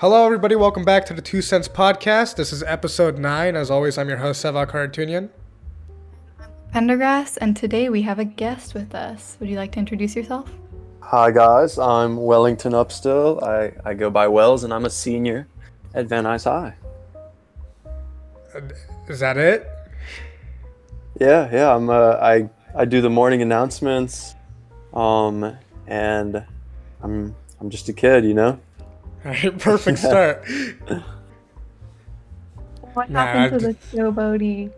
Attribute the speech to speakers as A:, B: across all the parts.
A: Hello, everybody. Welcome back to the Two Cents Podcast. This is episode nine. As always, I'm your host, Sevak Hartunian.
B: Pendergrass, and today we have a guest with us. Would you like to introduce yourself?
C: Hi guys, I'm Wellington Upstill. I, I go by Wells and I'm a senior at Van Nuys High.
A: Is that it?
C: Yeah, yeah, I'm uh, I I do the morning announcements. Um and I'm I'm just a kid, you know?
A: All right, perfect start.
B: What
A: Nah,
B: happened to
A: I-
B: the Joe Bodie?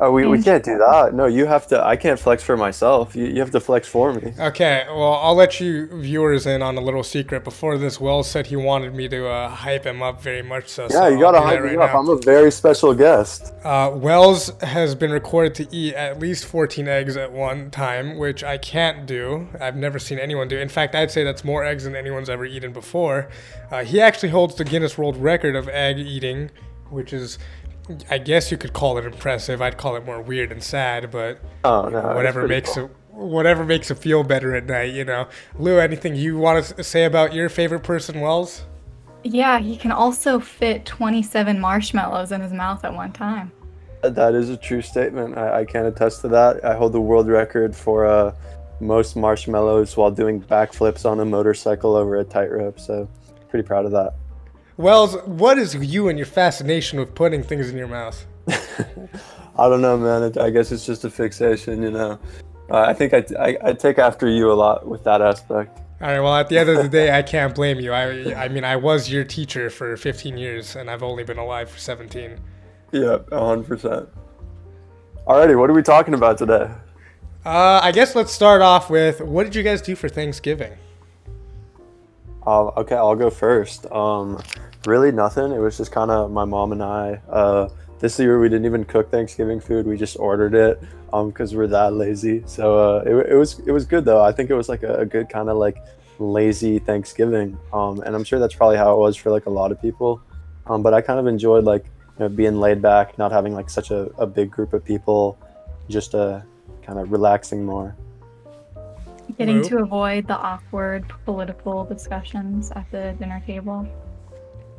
C: Oh, we,
A: Mm.
C: we can't do that. No, you have to I can't flex for myself. You, you have to flex for me.
A: Okay, well, I'll let you viewers in on a little secret. Before this, Wells said he wanted me to uh, hype him up very much. So so
C: Yeah, you
A: I'll
C: gotta
A: do that
C: hype me
A: right
C: up.
A: now.
C: I'm a very special guest.
A: Uh, Wells has been recorded to eat at least 14 eggs at one time, which I can't do. I've never seen anyone do. In fact, I'd say that's more eggs than anyone's ever eaten before. Uh, he actually holds the Guinness World Record of egg eating, which is, I guess you could call it impressive. I'd call it more weird and sad, but
C: Oh no. that's
A: whatever
C: pretty
A: makes
C: cool.
A: it. Whatever makes it feel better at night, you know. Lou, anything you want to say about your favorite person, Wells?
B: Yeah, he can also fit 27 marshmallows in his mouth at one time.
C: That is a true statement. I, I can attest to that. I hold the world record for uh, most marshmallows while doing backflips on a motorcycle over a tightrope. So, pretty proud of that.
A: Wells, what is you and your fascination with putting things in your mouth?
C: I don't know, man. It, I guess it's just a fixation, you know. Uh, I think I, I, I take after you a lot with that aspect.
A: All right. Well, at the end of the day, I can't blame you. I, I mean, I was your teacher for 15 years, and I've only been alive for 17.
C: Yeah, 100%. Alrighty, what are we talking about today?
A: Uh, I guess let's start off with what did you guys do for Thanksgiving?
C: Um, okay, I'll go first. Um, really, nothing. It was just kind of my mom and I. Uh, this year, we didn't even cook Thanksgiving food. We just ordered it because we're that lazy. So uh, it, it was it was good though. I think it was like a, a good kind of like lazy Thanksgiving. Um, and I'm sure that's probably how it was for like a lot of people. Um, but I kind of enjoyed like you know being laid back, not having like such a, a big group of people, just uh, kind of relaxing more.
B: Getting
A: Lou?
B: to avoid the awkward political discussions at the dinner table.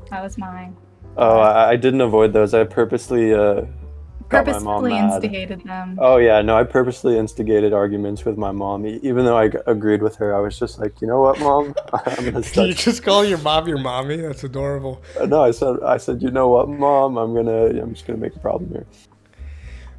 B: That was mine.
C: Oh, I, I didn't avoid those. I purposely. Uh, Got my mom
B: Purposefully
C: mad.
B: instigated them.
C: Oh yeah, no, I purposely instigated arguments with my mom, E- even though I g- agreed with her. I was just like, you know what, mom, I'm gonna
A: Can you
C: start.
A: just call your mom your mommy? That's adorable.
C: No, I said, I said, you know what, mom, I'm gonna, I'm just gonna make a problem here.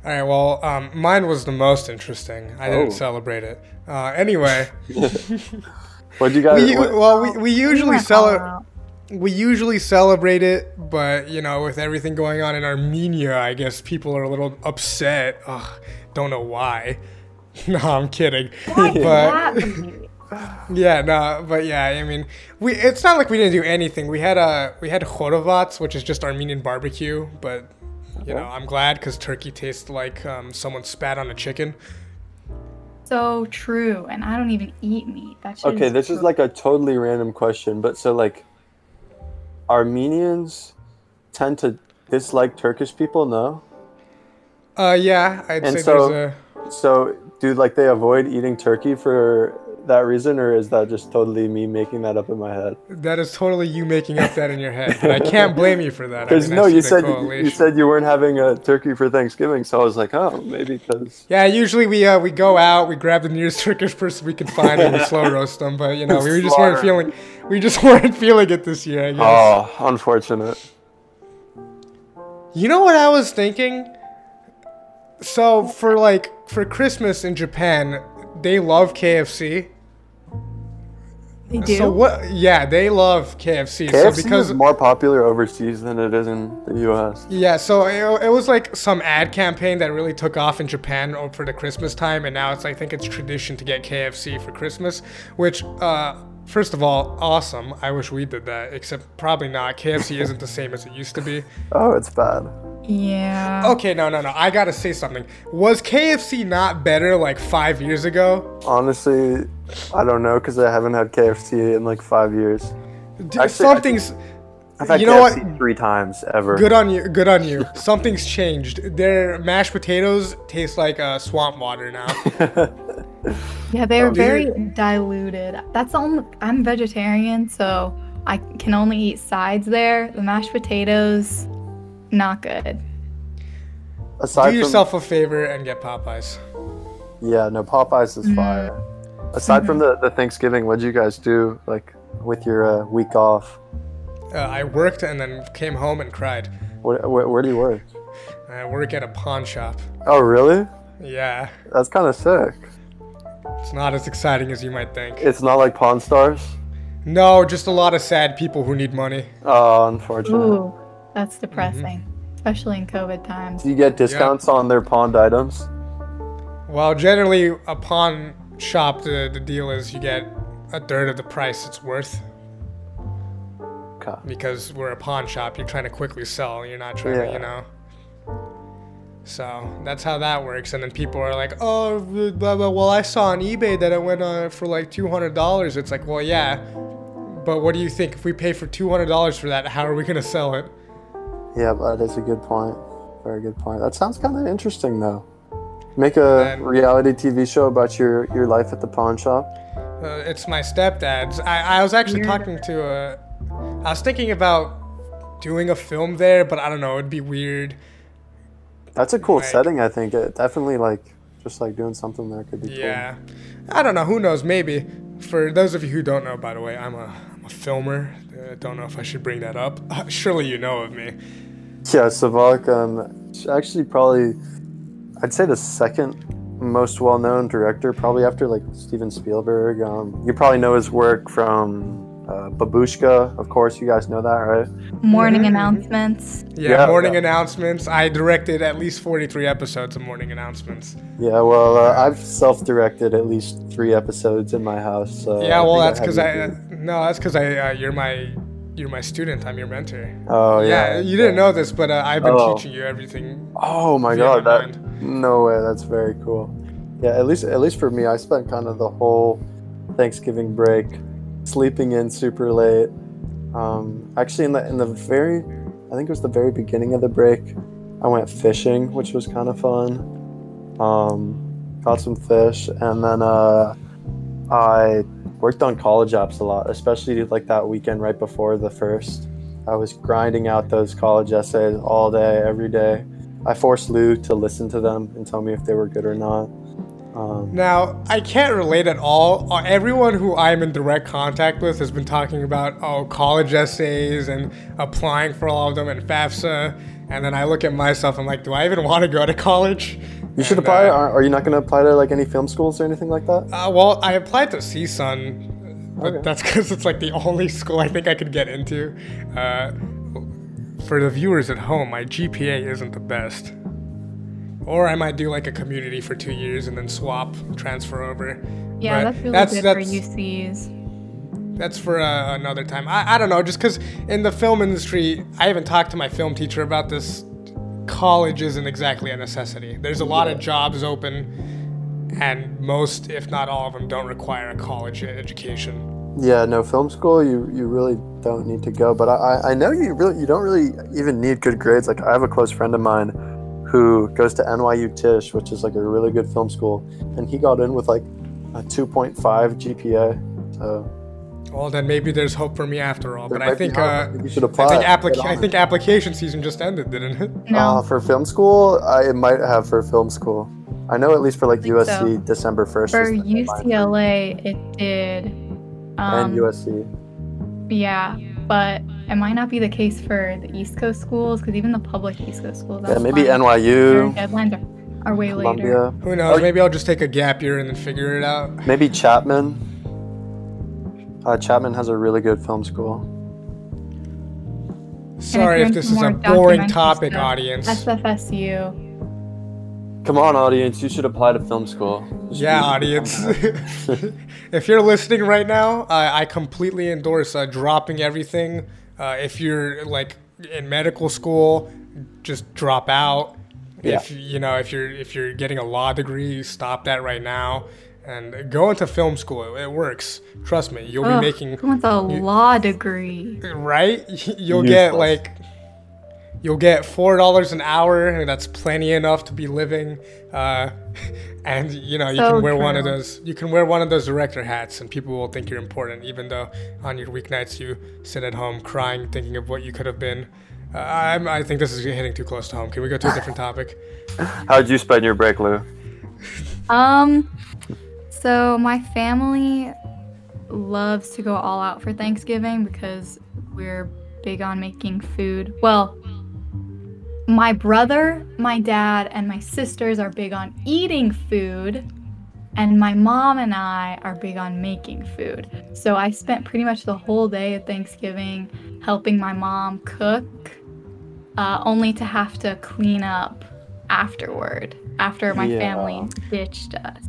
A: All right. Well, um, mine was the most interesting. I didn't
C: Oh.
A: celebrate it. Uh, anyway,
C: What you guys?
A: we,
C: what-
A: well, we, we usually
B: went all
A: celebrate.
B: out.
A: we usually celebrate it, but you know, with everything going on in Armenia, I guess people are a little upset. Ugh, don't know why. no, I'm kidding.
B: That
A: but
B: was-
A: yeah, no, but yeah, I mean, we it's not like we didn't do anything. We had uh, we had chorovats, which is just Armenian barbecue, but you know, I'm glad because turkey tastes like um, someone spat on a chicken.
B: so true, and I don't even eat meat. That shit
C: okay, this is
B: gross.
C: like a totally random question, but so like, Armenians tend to dislike Turkish people, no?
A: Uh, yeah, I'd
C: And
A: say
C: so-
A: there's a.
C: So, do like they avoid eating turkey for that reason, or is that just totally me making that up in my head?
A: That is totally you making up that in your head, but I can't blame you for that. I
C: Because
A: mean, I
C: no,
A: see
C: you
A: the
C: said you
A: correlation.
C: said you weren't having a turkey for Thanksgiving, so I was like, oh, maybe because
A: Yeah, usually we uh, we go out, we grab the nearest Turkish person we can find, and we slow roast them. But you know, we just weren't
C: Slaughter.
A: feeling we just weren't feeling it this year. I guess.
C: oh, unfortunate.
A: You know what I was thinking? So for like for Christmas in Japan, they love KFC.
B: They do.
A: So what? Yeah, they love KFC.
C: KFC
A: so because
C: is more popular overseas than it is in the U.S.
A: Yeah, so it, it was like some ad campaign that really took off in Japan over for the Christmas time, and now it's I think it's tradition to get KFC for Christmas, which uh, first of all, awesome. I wish we did that, except probably not. KFC isn't the same as it used to be.
C: Oh, it's bad.
B: yeah.
A: Okay, no, no, no. I gotta say something. Was KFC not better like five years ago?
C: Honestly, I don't know because I haven't had KFC in like five years.
A: D-
C: Actually, I
A: Something's.
C: I've had
A: You know
C: KFC three times ever.
A: Good on you. Good on you. Something's changed. Their mashed potatoes taste like uh, swamp water now.
B: Yeah, they are
A: Dude.
B: very diluted. That's the only. I'm vegetarian, so I can only eat sides there. The mashed potatoes, not good.
C: Aside
A: Do
C: from,
A: yourself a favor and get Popeyes.
C: yeah, no, Popeyes is fire.
A: Mm.
C: Aside from
A: Mm-hmm.
C: the, the Thanksgiving, what'd you guys do like with your uh, week off?
A: Uh, I worked and then came home and cried.
C: Where, where, where do you work?
A: I work at a pawn shop.
C: Oh, really?
A: Yeah,
C: That's kind of sick.
A: it's not as exciting as you might think.
C: It's not like Pawn Stars.
A: No, just a lot of sad people who need money.
C: Oh, unfortunate.
B: Ooh, that's depressing, especially in COVID times.
C: Do you get discounts on their pawned items?
A: Well, generally, a pawn shop, the, the deal is you get a third of the price it's worth
C: Okay.
A: because we're a pawn shop. You're trying to quickly sell. You're not trying to,
C: Yeah.
A: you know. So that's how that works. And then people are like, oh, blah, blah, blah. well, I saw on eBay that it went on for like $200. It's like, well, yeah. But what do you think? If we pay for $200 for that, how are we going to sell it?
C: Yeah, but that is a good point. Very good point. That sounds kind of interesting, though. Make a
A: And-
C: reality TV show about your, your life at the pawn shop.
A: Uh, it's my stepdad's. I, I was actually
B: You're-
A: talking to a. I was thinking about doing a film there, but I don't know. It'd be weird.
C: That's a cool
A: Right.
C: setting, I think. It definitely like just like doing something there could be
A: Yeah. I don't know. Who knows? Maybe. For those of you who don't know, by the way, I'm a, I'm a filmer. I don't know if I should bring that up. surely you know of me.
C: cool. Yeah, Savak, um, she's actually probably, I'd say the second most well known director, probably after like Steven Spielberg. Um, you probably know his work from uh, Babushka, of course. You guys know that, right?
B: Morning announcements.
A: Yeah,
C: Yeah,
A: morning
C: yeah.
A: announcements. I directed at least 43 episodes of morning announcements.
C: Yeah, well, uh, I've self-directed at least three episodes in my house. So
A: yeah,
C: Uh, I
A: well,
C: think
A: that's
C: have
A: because I.
C: you beat.
A: No, that's because I. Uh, you're my. You're my student. I'm your mentor.
C: Oh
A: uh, yeah,
C: yeah.
A: you didn't know this, but uh, I've been
C: Oh.
A: teaching you everything.
C: Oh my
A: Yeah,
C: god,
A: never
C: that no way. That's very cool. Yeah, at least at least for me, I spent kind of the whole Thanksgiving break sleeping in super late. Um, actually, in the in the very, I think it was the very beginning of the break, I went fishing, which was kind of fun. Um, caught some fish, and then uh, I worked on college apps a lot, especially like that weekend right before the first. I was grinding out those college essays all day, every day. I forced Lou to listen to them and tell me if they were good or not. Um,
A: Now, I can't relate at all. Uh, Everyone who I'm in direct contact with has been talking about oh, college essays and applying for all of them and FAFSA. And then I look at myself, I'm like, do I even want to go to college?
C: you should
A: And,
C: apply.
A: uh,
C: Are, are you not going to apply to like any film schools or anything like that?
A: Uh, well, I applied to CSUN, but
C: Okay.
A: that's because it's like the only school I think I could get into. Uh, for the viewers at home, my GPA isn't the best. Or I might do like a community for two years and then swap, transfer over.
B: Yeah,
A: But
B: that's really good for UCs.
A: that's for uh, another time. I, I don't know, just because in the film industry, I haven't talked to my film teacher about this. College isn't exactly a necessity. There's a lot of jobs open, and most, if not all of them, don't require a college education.
C: Yeah, no film school. You you really don't need to go. But I I- I know you really you don't really even need good grades. Like I have a close friend of mine who goes to NYU Tisch, which is like a really good film school, and he got in with like a 2.5 GPA. So
A: Well, then maybe there's hope for me after all.
C: there
A: But
C: might
A: I
C: be
A: think
C: hope.
A: uh,
C: Maybe you should
A: I
C: apply.
A: think, applica-
C: Get on
A: I
C: it.
A: think application season just ended, didn't it?
B: No.
C: Uh, for film school, I, it might have for film school. I know at least for like
B: think
C: USC,
B: so.
C: December 1st.
B: For
C: is the deadline.
B: UCLA, it did.
C: And
B: Um,
C: USC.
B: Yeah, but it might not be the case for the East Coast schools because even the public East Coast schools.
C: Yeah,
B: that's
C: maybe
B: fine. Their
C: NYU,
B: deadlines are, are way later.
C: Columbia,
A: Who knows?
C: Oh,
A: Maybe I'll just take a gap year and then figure it out.
C: maybe Chapman. Uh, Chapman has a really good film school.
A: Sorry
B: you're
A: if
B: into
A: this is a
B: more
A: boring topic,
B: documentary stuff,
A: audience.
B: SFSU.
C: Come on, audience, you should apply to film school. Just
A: Yeah,
C: be-
A: audience. if you're listening right now, I I completely endorse uh, dropping everything. Uh, if you're like in medical school, just drop out. If you know if you're if you're getting a law degree, stop that right now and go into film school. It, it works. Trust me. You'll
B: Ugh,
A: be making
B: who wants a law degree?
A: right. You'll
C: Useless.
A: get like You'll get four dollars an hour, and that's plenty enough to be living. Uh, and you know you
B: So
A: can wear one of
B: true.
A: those. You can wear one of those director hats, and people will think you're important, even though on your weeknights you sit at home crying, thinking of what you could have been. Uh, I'm, I think this is hitting too close to home. Can we go to a different topic?
C: How'd you spend your break, Lou?
B: Um, so my family loves to go all out for Thanksgiving because we're big on making food. Well, my brother, my dad, and my sisters are big on eating food, and my mom and I are big on making food. So I spent pretty much the whole day at Thanksgiving helping my mom cook, uh, only to have to clean up afterward after my
C: Yeah.
B: family ditched us.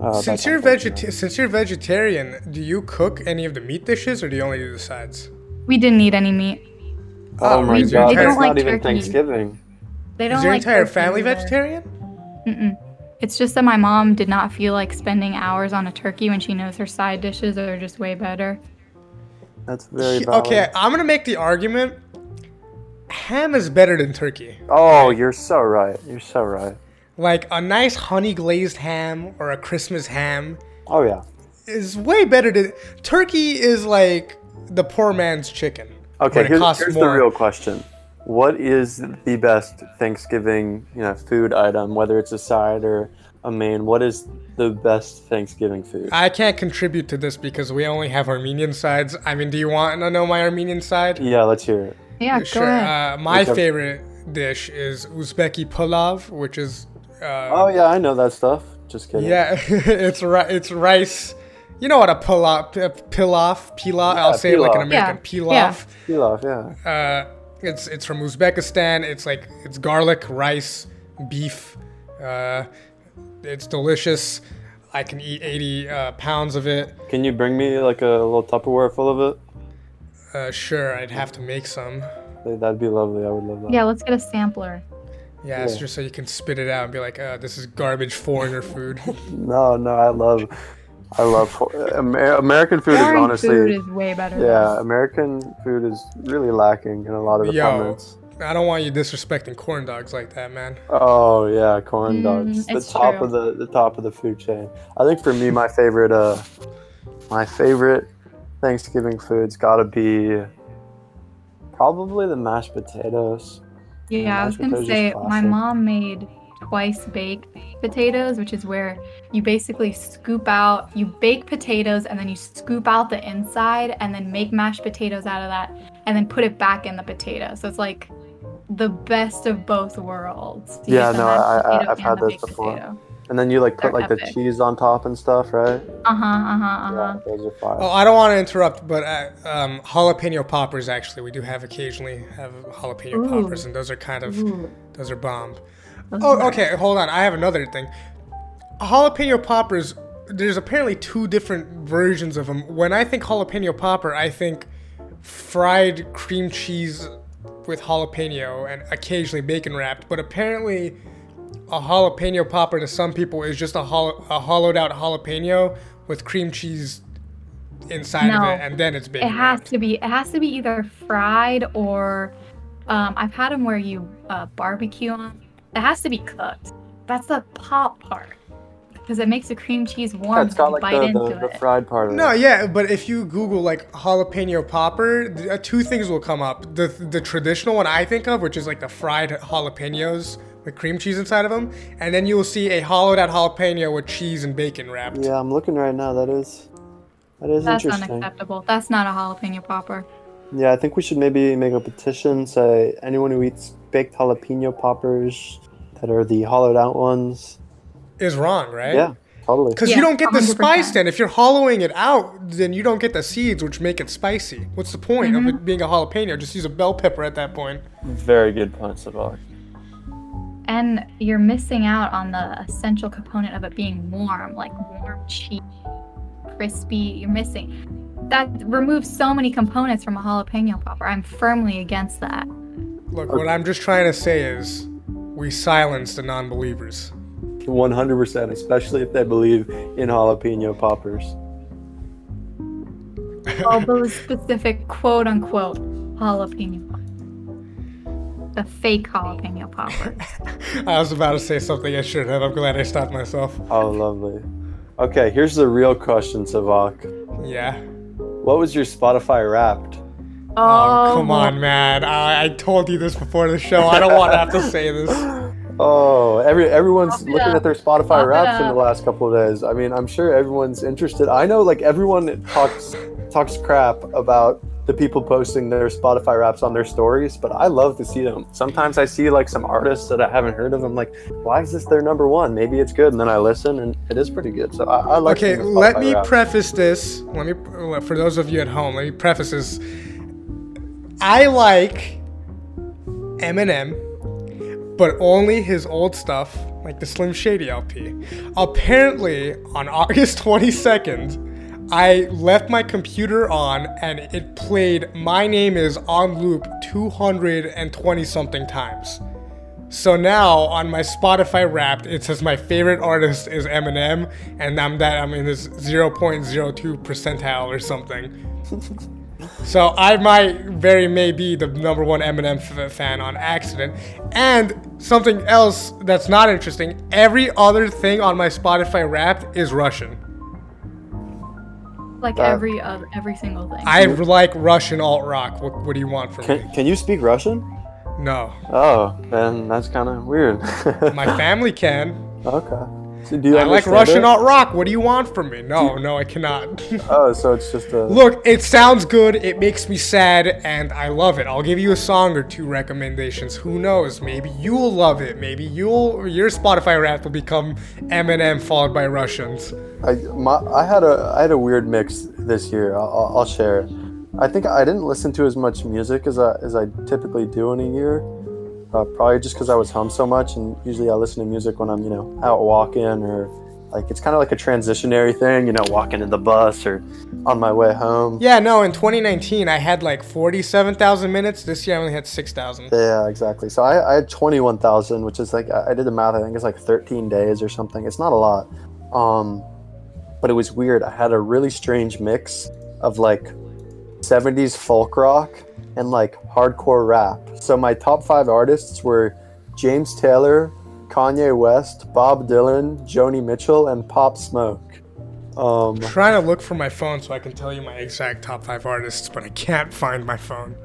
C: Oh, that's
A: since you're
C: unfortunate.
A: vegeta- since you're vegetarian, do you cook any of the meat dishes, or do you only do the sides?
B: We didn't eat any meat.
C: Oh my
A: we- they
C: god,
A: don't
C: that's
B: like
C: not even
B: turkey.
C: Thanksgiving.
B: They don't
A: Is your
B: like
A: entire
B: turkey
A: family
B: either.
A: vegetarian?
B: Mm-mm. It's just that my mom did not feel like spending hours on a turkey when she knows her side dishes are just way better.
C: That's very
A: Sh-
C: valid.
A: okay, I'm gonna make the argument. Ham is better than turkey.
C: Oh, you're so right. You're so right.
A: Like a nice honey glazed ham or a Christmas ham
C: Oh yeah.
A: is way better than turkey. Is like the poor man's chicken.
C: Okay,
A: when it
C: here's,
A: costs
C: here's the
A: more.
C: real question. What is the best Thanksgiving, you know, food item, whether it's a side or a main? What is the best Thanksgiving food?
A: I can't contribute to this because we only have Armenian sides. I mean, do you want to know my Armenian side?
C: yeah, let's hear it.
B: Yeah,
A: Sure.
B: go ahead.
A: Uh, my
C: Which I'm-
A: favorite dish is Uzbeki pulav, which is uh,
C: Oh yeah, I know that stuff. Just kidding.
A: Yeah, it's ri- it's rice. You know what a pilaf, a pilaf, pilaf.
C: Yeah,
A: I'll say it like an
C: pilaf.
A: American
B: Yeah,
A: pilaf.
C: Pilaf, yeah.
A: Uh, it's it's from Uzbekistan. It's like it's garlic, rice, beef. Uh, it's delicious. I can eat 80 uh, pounds of it.
C: Can you bring me like a little Tupperware full of it?
A: Uh, sure, I'd have to make some.
C: Like, That'd be lovely. I would love that.
B: Yeah, let's get a sampler.
A: Yeah, it's
C: Yeah.
A: just so you can spit it out and be like, uh, this is garbage foreigner food.
C: No, no, I love, I love Amer- American food is
B: Foreign
C: honestly,
B: food is way better. than
C: yeah, American food is really lacking in a lot of departments.
A: I don't want you disrespecting corn dogs like that, man.
C: Oh yeah, corn
B: Mm,
C: dogs. The
B: it's
C: top
B: true.
C: of the the top of the food chain. I think for me, my favorite uh, my favorite Thanksgiving food's got to be probably the mashed potatoes.
B: Yeah, I was
C: mashed potatoes
B: gonna
C: is
B: say my
C: classic.
B: mom made twice baked potatoes, which is where you basically scoop out you bake potatoes and then you scoop out the inside and then make mashed potatoes out of that and then put it back in the potato. So it's like the best of both worlds. You get
C: Yeah,
B: the
C: no,
B: mashed
C: I- I-
B: potato
C: I've
B: and
C: had
B: the
C: those
B: baked
C: before.
B: potato.
C: And then you like
B: They're
C: put like the
B: epic.
C: cheese on top and stuff, right?
B: Uh-huh, uh-huh, uh-huh.
C: Yeah, those are fire.
A: Oh, I don't want to interrupt, but uh, um, jalapeno poppers actually we do have occasionally have jalapeno
B: Ooh.
A: poppers, and those are kind of
B: Ooh,
A: those are bomb.
B: those
A: Oh,
B: are-
A: okay, hold on. I have another thing. Jalapeno poppers. There's apparently two different versions of them. When I think jalapeno popper, I think fried cream cheese with jalapeno and occasionally bacon wrapped. But apparently, a jalapeno popper to some people is just a, hol- a hollowed out jalapeno with cream cheese inside
B: No.
A: of it, and then it's bacon.
B: It has
A: wrapped.
B: to be. It has to be either fried or um, I've had them where you uh, barbecue them. It has to be cooked. That's the pop part because it makes the cream cheese warm.
C: Yeah, it's got
B: when you bite
C: like the,
B: into
C: the, the
B: it.
C: fried part of
A: No,
C: it.
A: yeah, but if you Google like jalapeno popper, th- uh, two things will come up. The the traditional one I think of, which is like the fried jalapenos with cream cheese inside of them, and then you will see a hollowed out jalapeno with cheese and bacon wrapped.
C: Yeah, I'm looking right now. That is, that is
B: That's
C: interesting.
B: unacceptable. That's not a jalapeno popper.
C: Yeah, I think we should maybe make a petition. Say anyone who eats baked jalapeno poppers that are the hollowed out ones.
A: Is wrong, right?
C: Yeah, totally.
A: Because
B: Yeah,
A: you don't get the
B: 100%.
A: spice then. If you're hollowing it out, then you don't get the seeds, which make it spicy. What's the point of it being a jalapeno? Just use a bell pepper at that point.
C: Very good point, Sabak.
B: And you're missing out on the essential component of it being warm, like warm cheese, crispy. You're missing. That removes so many components from a jalapeno popper. I'm firmly against that.
A: Look, what I'm just trying to say is we silence the non believers.
C: 100%, especially if they believe in jalapeno poppers.
B: all those specific quote unquote jalapeno. a fake jalapeno popper.
A: I was about to say something I should have. I'm glad I stopped myself.
C: Oh, lovely. Okay, here's the real question, Savak.
A: Yeah.
C: What was your Spotify Wrapped?
B: Oh,
A: Oh, come on, man. I, I told you this before the show. I don't want to have to say this.
C: Oh, every everyone's
B: Pop it
C: looking
B: up.
C: at their
B: Pop
C: Spotify
B: it
C: Wraps in the
B: up.
C: last couple of days. I mean, I'm sure everyone's interested. I know, like everyone talks talks crap about the people posting their Spotify Wraps on their stories, but I love to see them. Sometimes I see like some artists that I haven't heard of. I'm like, why is this their number one? Maybe it's good, and then I listen, and it is pretty good. So I, I like.
A: Okay,
C: seeing the
A: let
C: Spotify
A: me
C: Wraps.
A: preface this. Let me for those of you at home, let me preface this. I like Eminem, but only his old stuff, like the Slim Shady LP. Apparently, on August 22nd, I left my computer on and it played My Name Is on loop 220 something times. So now on my Spotify Wrapped, it says my favorite artist is Eminem, and I'm that I'm in this 0.02 percentile or something. so I might very may be the number one Eminem f- fan on accident. And something else that's not interesting: every other thing on my Spotify Wrapped is Russian.
B: Like
C: That-
B: every other, every single thing.
A: I like Russian alt rock. What, what do you want from me?
C: Hmm. Can, can you speak Russian?
A: No,
C: Oh, then that's kind of weird.
A: my family can.
C: okay. So do you
A: I like
C: understand
A: Russian
C: it?
A: alt rock. What do you want from me? No, no, I cannot.
C: Oh, so it's just a.
A: Look, it sounds good, it makes me sad, and I love it. I'll give you a song or two recommendations. Who knows? Maybe you'll love it. Maybe you'll your Spotify rap will become Eminem followed by Russians.
C: I my I had a I had a weird mix this year. I'll- I'll, I'll share. it. I think I didn't listen to as much music as I as I typically do in a year. Uh, probably just because I was home so much, and usually I listen to music when I'm you know out walking or like it's kind of like a transitionary thing. You know, walking in the bus or on my way home.
A: Yeah, no, in 2019 I had like 47,000 minutes. This year I only had 6,000.
C: Yeah, exactly. So I, I had 21,000, which is like, I I did the math, I think it's like 13 days or something. It's not a lot. Um, but it was weird. I had a really strange mix of like 70s folk rock and like hardcore rap. So my top five artists were James Taylor, Kanye West, Bob Dylan, Joni Mitchell, and Pop Smoke. Um,
A: I'm trying to look for my phone so I can tell you my exact top 5 artists, but I can't find my phone.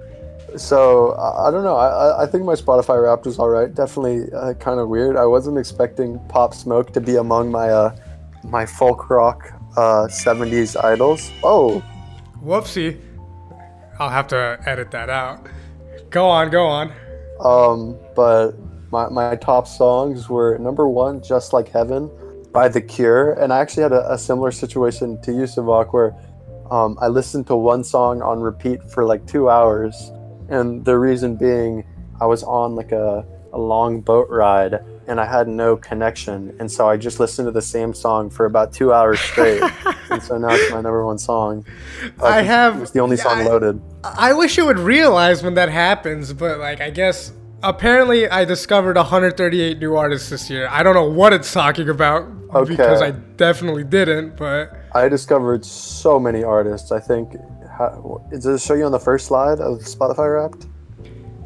C: So I, I don't know. I, I- I think my Spotify Wrapped was all right. Definitely uh, kind of weird. I wasn't expecting Pop Smoke to be among my uh, my folk rock uh, '70s idols. Oh,
A: Whoopsie. I'll have to edit that out. Go on, go on.
C: um, but my my top songs were number one, "Just Like Heaven" by The Cure, and I actually had a, a similar situation to you, Savak, where um, I listened to one song on repeat for like two hours, and the reason being I was on like a, a long boat ride and I had no connection, and so I just listened to the same song for about two hours straight, and so now it's my number one song.
A: I have
C: It was the only song
A: I-
C: loaded.
A: I wish it would realize when that happens, but like I guess apparently I discovered 138 new artists this year. I don't know what it's talking about
C: Okay.
A: because I definitely didn't, but
C: I discovered so many artists. I think. How, does it show you on the first slide of Spotify Wrapped?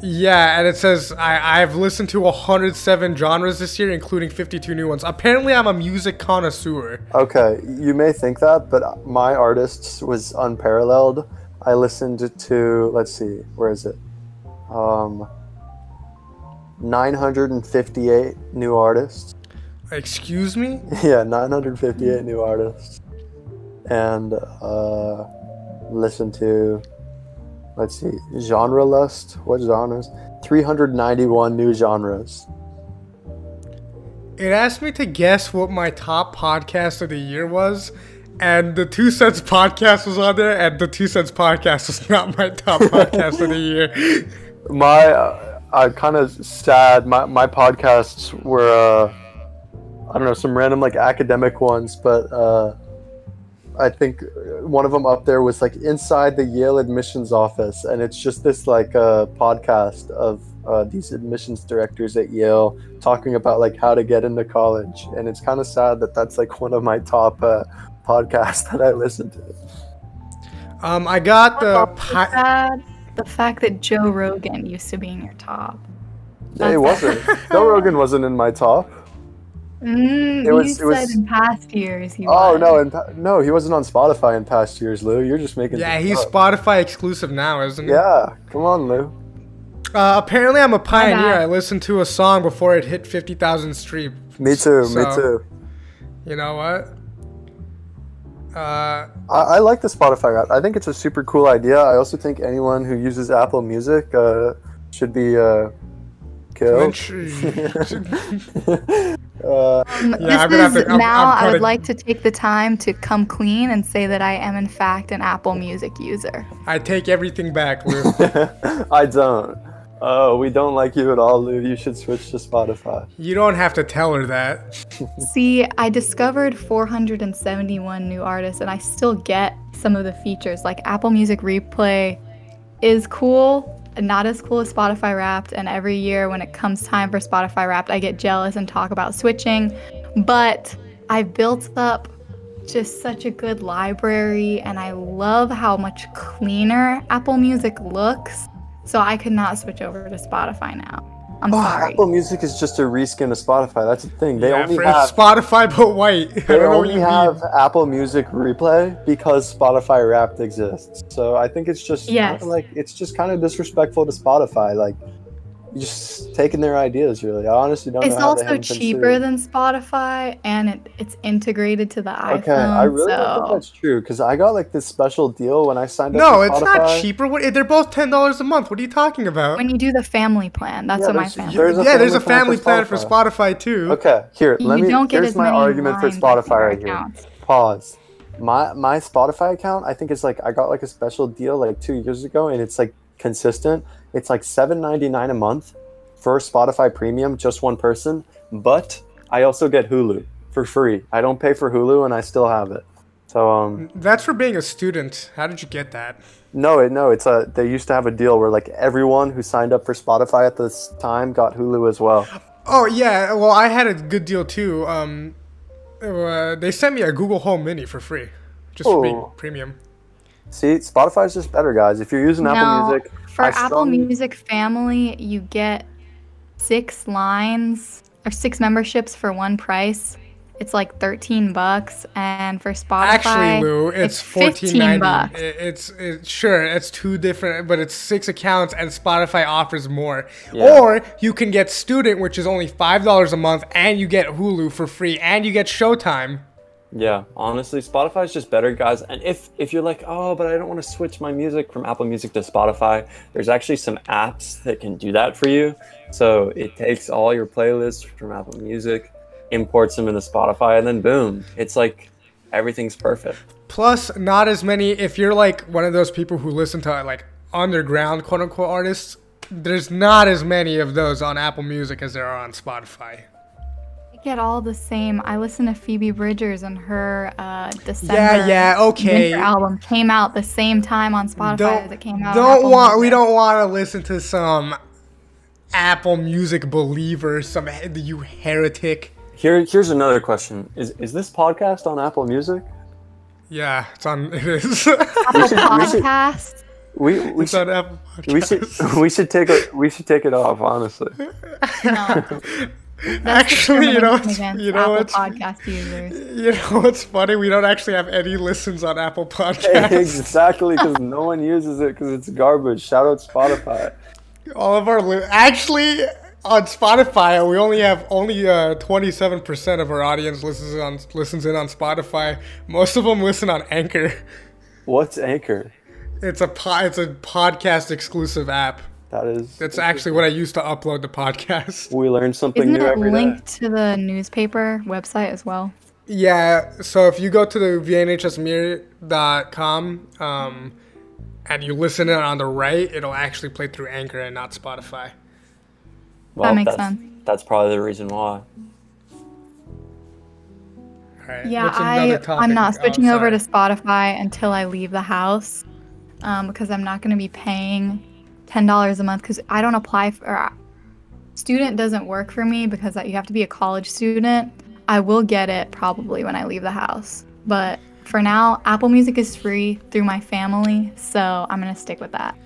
A: yeah, and it says I, I've listened to 107 genres this year, including 52 new ones. Apparently I'm a music connoisseur.
C: Okay, you may think that, but my artists was unparalleled. I listened to let's see, where is it? Um, 958 new artists.
A: Excuse me?
C: Yeah, 958 new artists. And uh, listen to, let's see, genre lust. What genres? 391 new genres.
A: It asked me to guess what my top podcast of the year was. And the Two Cents podcast was on there, and the Two Cents podcast was not my top podcast of the year.
C: my uh, I'm kind of sad. My my podcasts were uh, I don't know some random like academic ones, but uh, I think one of them up there was like inside the Yale admissions office, and it's just this like uh, podcast of uh, these admissions directors at Yale talking about like how to get into college, and it's kind of sad that that's like one of my top uh, podcasts that I listen to.
A: Um, I got the
B: Also
A: pi-
B: sad, the fact that Joe Rogan used to be in your top.
C: Yeah, it wasn't. Joe Rogan wasn't in my top.
B: Mm,
C: It was-
B: you
C: it was-
B: said in past years he
C: Oh
B: was.
C: no, and pa- no, he wasn't on Spotify in past years, Lou. You're just making.
A: Yeah,
C: things
A: he's
C: up.
A: Spotify exclusive now, isn't he?
C: Yeah, come on, Lou.
A: Uh, apparently, I'm a pioneer.
B: bad.
A: I listened to a song before it hit 50,000 streams.
C: Me too.
A: So-
C: Me too.
A: You know what? Uh,
C: I, I like the Spotify route. I think it's a super cool idea. I also think anyone who uses Apple Music uh, should be uh, killed.
A: Lynch-
C: uh,
B: Um,
A: Yeah,
B: this
A: I'm gonna have
B: is
A: to- I'm-
B: now.
A: I'm
B: i would
A: gonna-
B: like to take the time to come clean and say that I am in fact an Apple Music user.
A: I take everything back, Lou.
C: Uh, I don't. Oh, we don't like you at all, Lou. You should switch to Spotify.
A: you don't have to tell her that.
B: See, I discovered 471 new artists, and I still get some of the features like Apple Music Replay is cool, not as cool as Spotify Wrapped. And every year when it comes time for Spotify Wrapped, I get jealous and talk about switching. But I built up just such a good library, and I love how much cleaner Apple Music looks. So I could not switch over to Spotify now. I'm sorry.
C: Oh, Apple Music is just a reskin of Spotify. That's the thing. They
A: Yeah,
C: only
A: for-
C: have
A: Spotify, but white. I
C: they
A: don't know what
C: only
A: you
C: have
A: mean.
C: Apple Music Replay because Spotify Wrapped exists. So I think it's just
B: Yes.
C: like it's just kind of disrespectful to Spotify. Like you're just taking their ideas. Really, I honestly don't.
B: It's
C: know how they
B: also
C: haven't been
B: cheaper
C: sued.
B: than Spotify, and it, it's integrated to the iPhone.
C: Okay, I really don't think
B: so
C: that's true because I got like this special deal when I signed up.
A: No,
C: for
A: it's
C: Spotify.
A: not cheaper. What, they're both ten dollars a month. What are you talking about?
B: when you do the family plan, that's
C: Yeah,
B: what my
C: there's-
B: family.
C: there's a
A: yeah, there's a
C: family
A: family plan
C: plan for
A: for Spotify too.
C: Okay, here,
B: you
C: let me.
B: don't get
C: here's
B: as
C: my
B: many
C: argument for
B: lines off
C: Spotify
B: your
C: right here.
B: account.
C: Pause. My my Spotify account, I think it's like I got like a special deal like two years ago, and it's like consistent. It's like seven ninety nine a month for Spotify Premium, just one person. But I also get Hulu for free. I don't pay for Hulu, and I still have it. So um,
A: That's for being a student. How did you get that?
C: no, it, no, it's a. They used to have a deal where like everyone who signed up for Spotify at this time got Hulu as well.
A: Oh yeah, well I had a good deal too. Um, uh, they sent me a Google Home Mini for free, just for being
C: Oh.
A: premium.
C: See, Spotify's just better, guys. If you're using Apple
B: No,
C: Music,
B: for
C: I
B: Apple
C: strongly-
B: Music Family, you get six lines or six memberships for one price. It's like thirteen bucks, and for Spotify,
A: Actually, Lou, it's fourteen
B: fifteen
A: ninety.
B: bucks.
A: It's it, sure it's two different, but it's six accounts, and Spotify offers more.
C: Yeah.
A: Or you can get student, which is only five dollars a month, and you get Hulu for free, and you get Showtime.
C: Yeah, honestly, Spotify's just better, guys. And if if you're like, oh, but I don't want to switch my music from Apple Music to Spotify, there's actually some apps that can do that for you. So it takes all your playlists from Apple Music, imports them into Spotify, and then boom, it's like everything's perfect.
A: Plus, not as many. If you're like one of those people who listen to like underground quote unquote artists, there's not as many of those on Apple Music as there are on Spotify.
B: I get all the same. I listen to Phoebe Bridgers and her uh, December
A: yeah, okay.
B: Winter album came out the same time on Spotify as it
A: Don't
B: came out. on
A: don't
B: Apple
A: want we
B: Music.
A: don't want to listen to some Apple Music believer, some he- you heretic.
C: Here, here's another question: Is is this podcast on Apple Music?
A: Yeah, it's on. It is.
B: Apple
C: we should-
B: Podcasts.
C: We we
A: it's on
C: should
A: Apple.
C: we should
A: Podcasts.
C: we should take it we should take it off. Honestly,
B: No,
A: Actually, you know, it's,
B: against
A: you know,
B: Apple
A: it's,
B: podcast users.
A: you know, what's funny. We don't actually have any listens on Apple Podcasts.
C: exactly because no one uses it because it's garbage. Shout out Spotify.
A: All of our li- actually on Spotify, we only have only twenty seven percent of our audience listens on listens in on Spotify. Most of them listen on Anchor.
C: What's Anchor?
A: It's a po- it's a podcast exclusive app.
C: That is.
A: That's actually what I used to upload the podcast.
C: we learn something
B: Isn't
C: new
B: it
C: every day.
B: linked to the newspaper website as well?
A: Yeah, so if you go to the vnhsmir.com um, and you listen in on the right, it'll actually play through Anchor and not Spotify.
C: Well,
B: That makes
C: that's,
B: sense.
C: That's probably the reason why.
A: All right.
B: Yeah,
A: what's another
B: I
A: topic?
B: I'm not
A: Oh,
B: switching
A: sorry.
B: over to Spotify until I leave the house, um, because I'm not going to be paying ten dollars a month because I don't apply for. Or, uh, student doesn't work for me because you have to be a college student. I will get it probably when I leave the house, but for now, Apple Music is free through my family, so I'm gonna stick with that.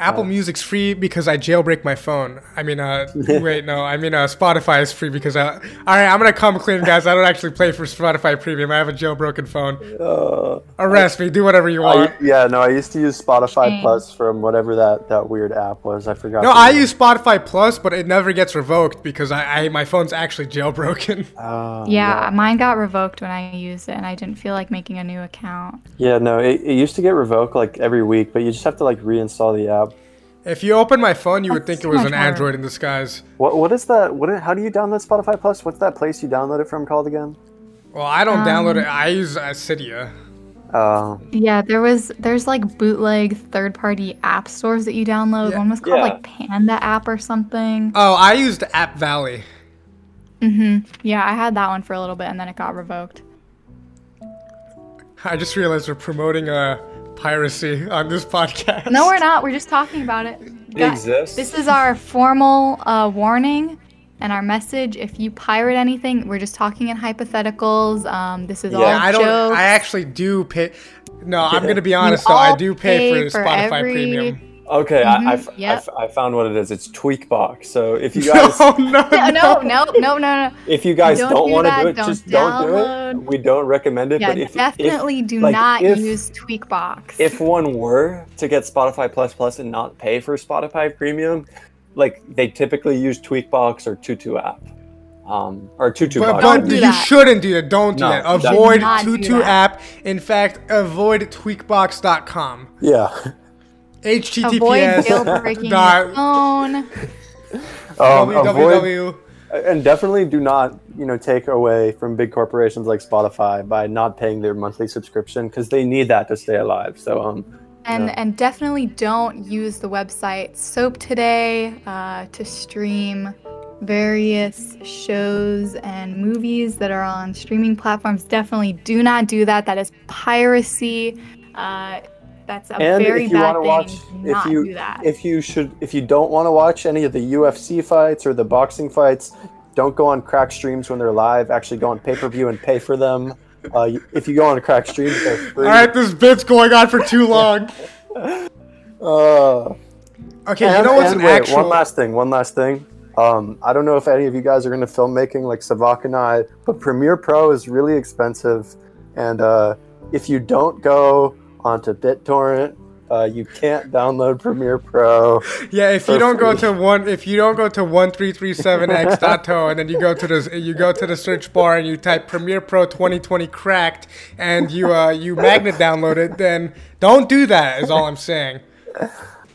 A: Apple Music's free because I jailbreak my phone. I mean, uh, wait, no, I mean uh, Spotify is free because I. All right, I'm gonna come clean, guys. I don't actually play for Spotify Premium. I have a jailbroken phone.
C: Uh,
A: Arrest me. Do whatever you want.
C: I, yeah, no, I used to use Spotify
B: Shame.
C: Plus from whatever that, that weird app was. I forgot.
A: No,
C: the
A: I
C: name.
A: use Spotify Plus, but it never gets revoked because I, I my phone's actually jailbroken.
C: Ah,
B: Yeah, mine got revoked when I used it, and I didn't feel like making a new account.
C: Yeah, no, it, it used to get revoked like every week, but you just have to like reinstall the app.
A: If you open my phone, you would think
B: That's
A: it
B: so
A: was
B: much
A: an
B: harder.
A: Android in disguise.
C: What what is that? What? How do you download Spotify Plus? What's that place you download it from called again?
A: Well, I don't download
B: Um.
A: it. I use Cydia.
C: Uh,
B: Yeah, there was there's like bootleg third-party app stores that you download.
A: Yeah.
B: One was called
C: Yeah. Uh,
B: like Panda app or something.
A: Oh, I used App Valley.
B: Yeah, I had that one for a little bit, and then it got revoked.
A: I just realized we're promoting uh, piracy on this podcast.
B: No, we're not. We're just talking about it. Guys,
C: exists.
B: This is our formal uh, warning and our message. If you pirate anything, we're just talking in hypotheticals. Um, this is all
C: Yeah,
A: I don't.
B: jokes.
A: I actually do pay. No, I'm gonna be
C: You
A: honest though.
B: all
A: I do pay,
B: pay
A: for,
B: for
A: Spotify
B: every-
A: Premium.
C: okay,
B: Mhm,
C: I I f I
B: yep.
C: f I found what it is. It's Tweakbox. So if you guys
A: no, no,
B: Yeah, no, no, no, no, no.
C: if you guys
B: Don't
C: don't,
B: do
C: want to
B: that,
C: do it,
B: don't
C: just don't do it.
B: download.
C: We don't recommend it.
B: Yeah,
C: but if
B: definitely
C: if,
B: do
C: like,
B: not
C: if-
B: use Tweakbox.
C: if one were to get Spotify Plus Plus and not pay for Spotify Premium, like they typically use Tweakbox or Tutu app, um, or Tutu.
A: But,
C: Box.
A: but
B: do
A: you
B: that.
A: shouldn't do that. Don't do
C: No,
A: that.
C: don't do
A: Avoid
B: not do
A: Tutu
B: that.
A: app. In fact, avoid Tweakbox.com.
C: yeah.
B: Avoid
A: HTTPS.
B: jailbreaking
A: Nah.
B: your phone.
C: Um, avoid,
A: www.
C: and definitely do not, you know, take away from big corporations like Spotify by not paying their monthly subscription because they need that to stay alive. So, um,
B: And,
C: Yeah.
B: and definitely don't use the website Soap Today uh, to stream various shows and movies that are on streaming platforms. Definitely do not do that. That is piracy. Uh, that's a
C: and
B: very
C: if you
B: bad
C: want to
B: thing.
C: watch,
B: do
C: if
B: not
C: you
B: do that.
C: if you should, if you don't want to watch any of the UFC fights or the boxing fights, don't go on crack streams when they're live. Actually, go on pay per view and pay for them. Uh, you- if you go on crack streams, they're free.
A: All right, this bit's going on for too long.
C: Uh,
A: Okay,
C: and,
A: you know what's
C: and
A: an
C: wait,
A: actual?
C: one last thing. One last thing. Um, I don't know if any of you guys are into filmmaking like Savak and I, but Premiere Pro is really expensive, and uh, if you don't go onto BitTorrent, uh, you can't download Premiere Pro.
A: yeah, if you
C: for
A: don't go
C: free.
A: to one, if you don't go to one three three seven x.to and then you go to this, you go to the search bar and you type Premiere Pro 2020 cracked, and you uh you magnet download it, then don't do that. Is all I'm saying.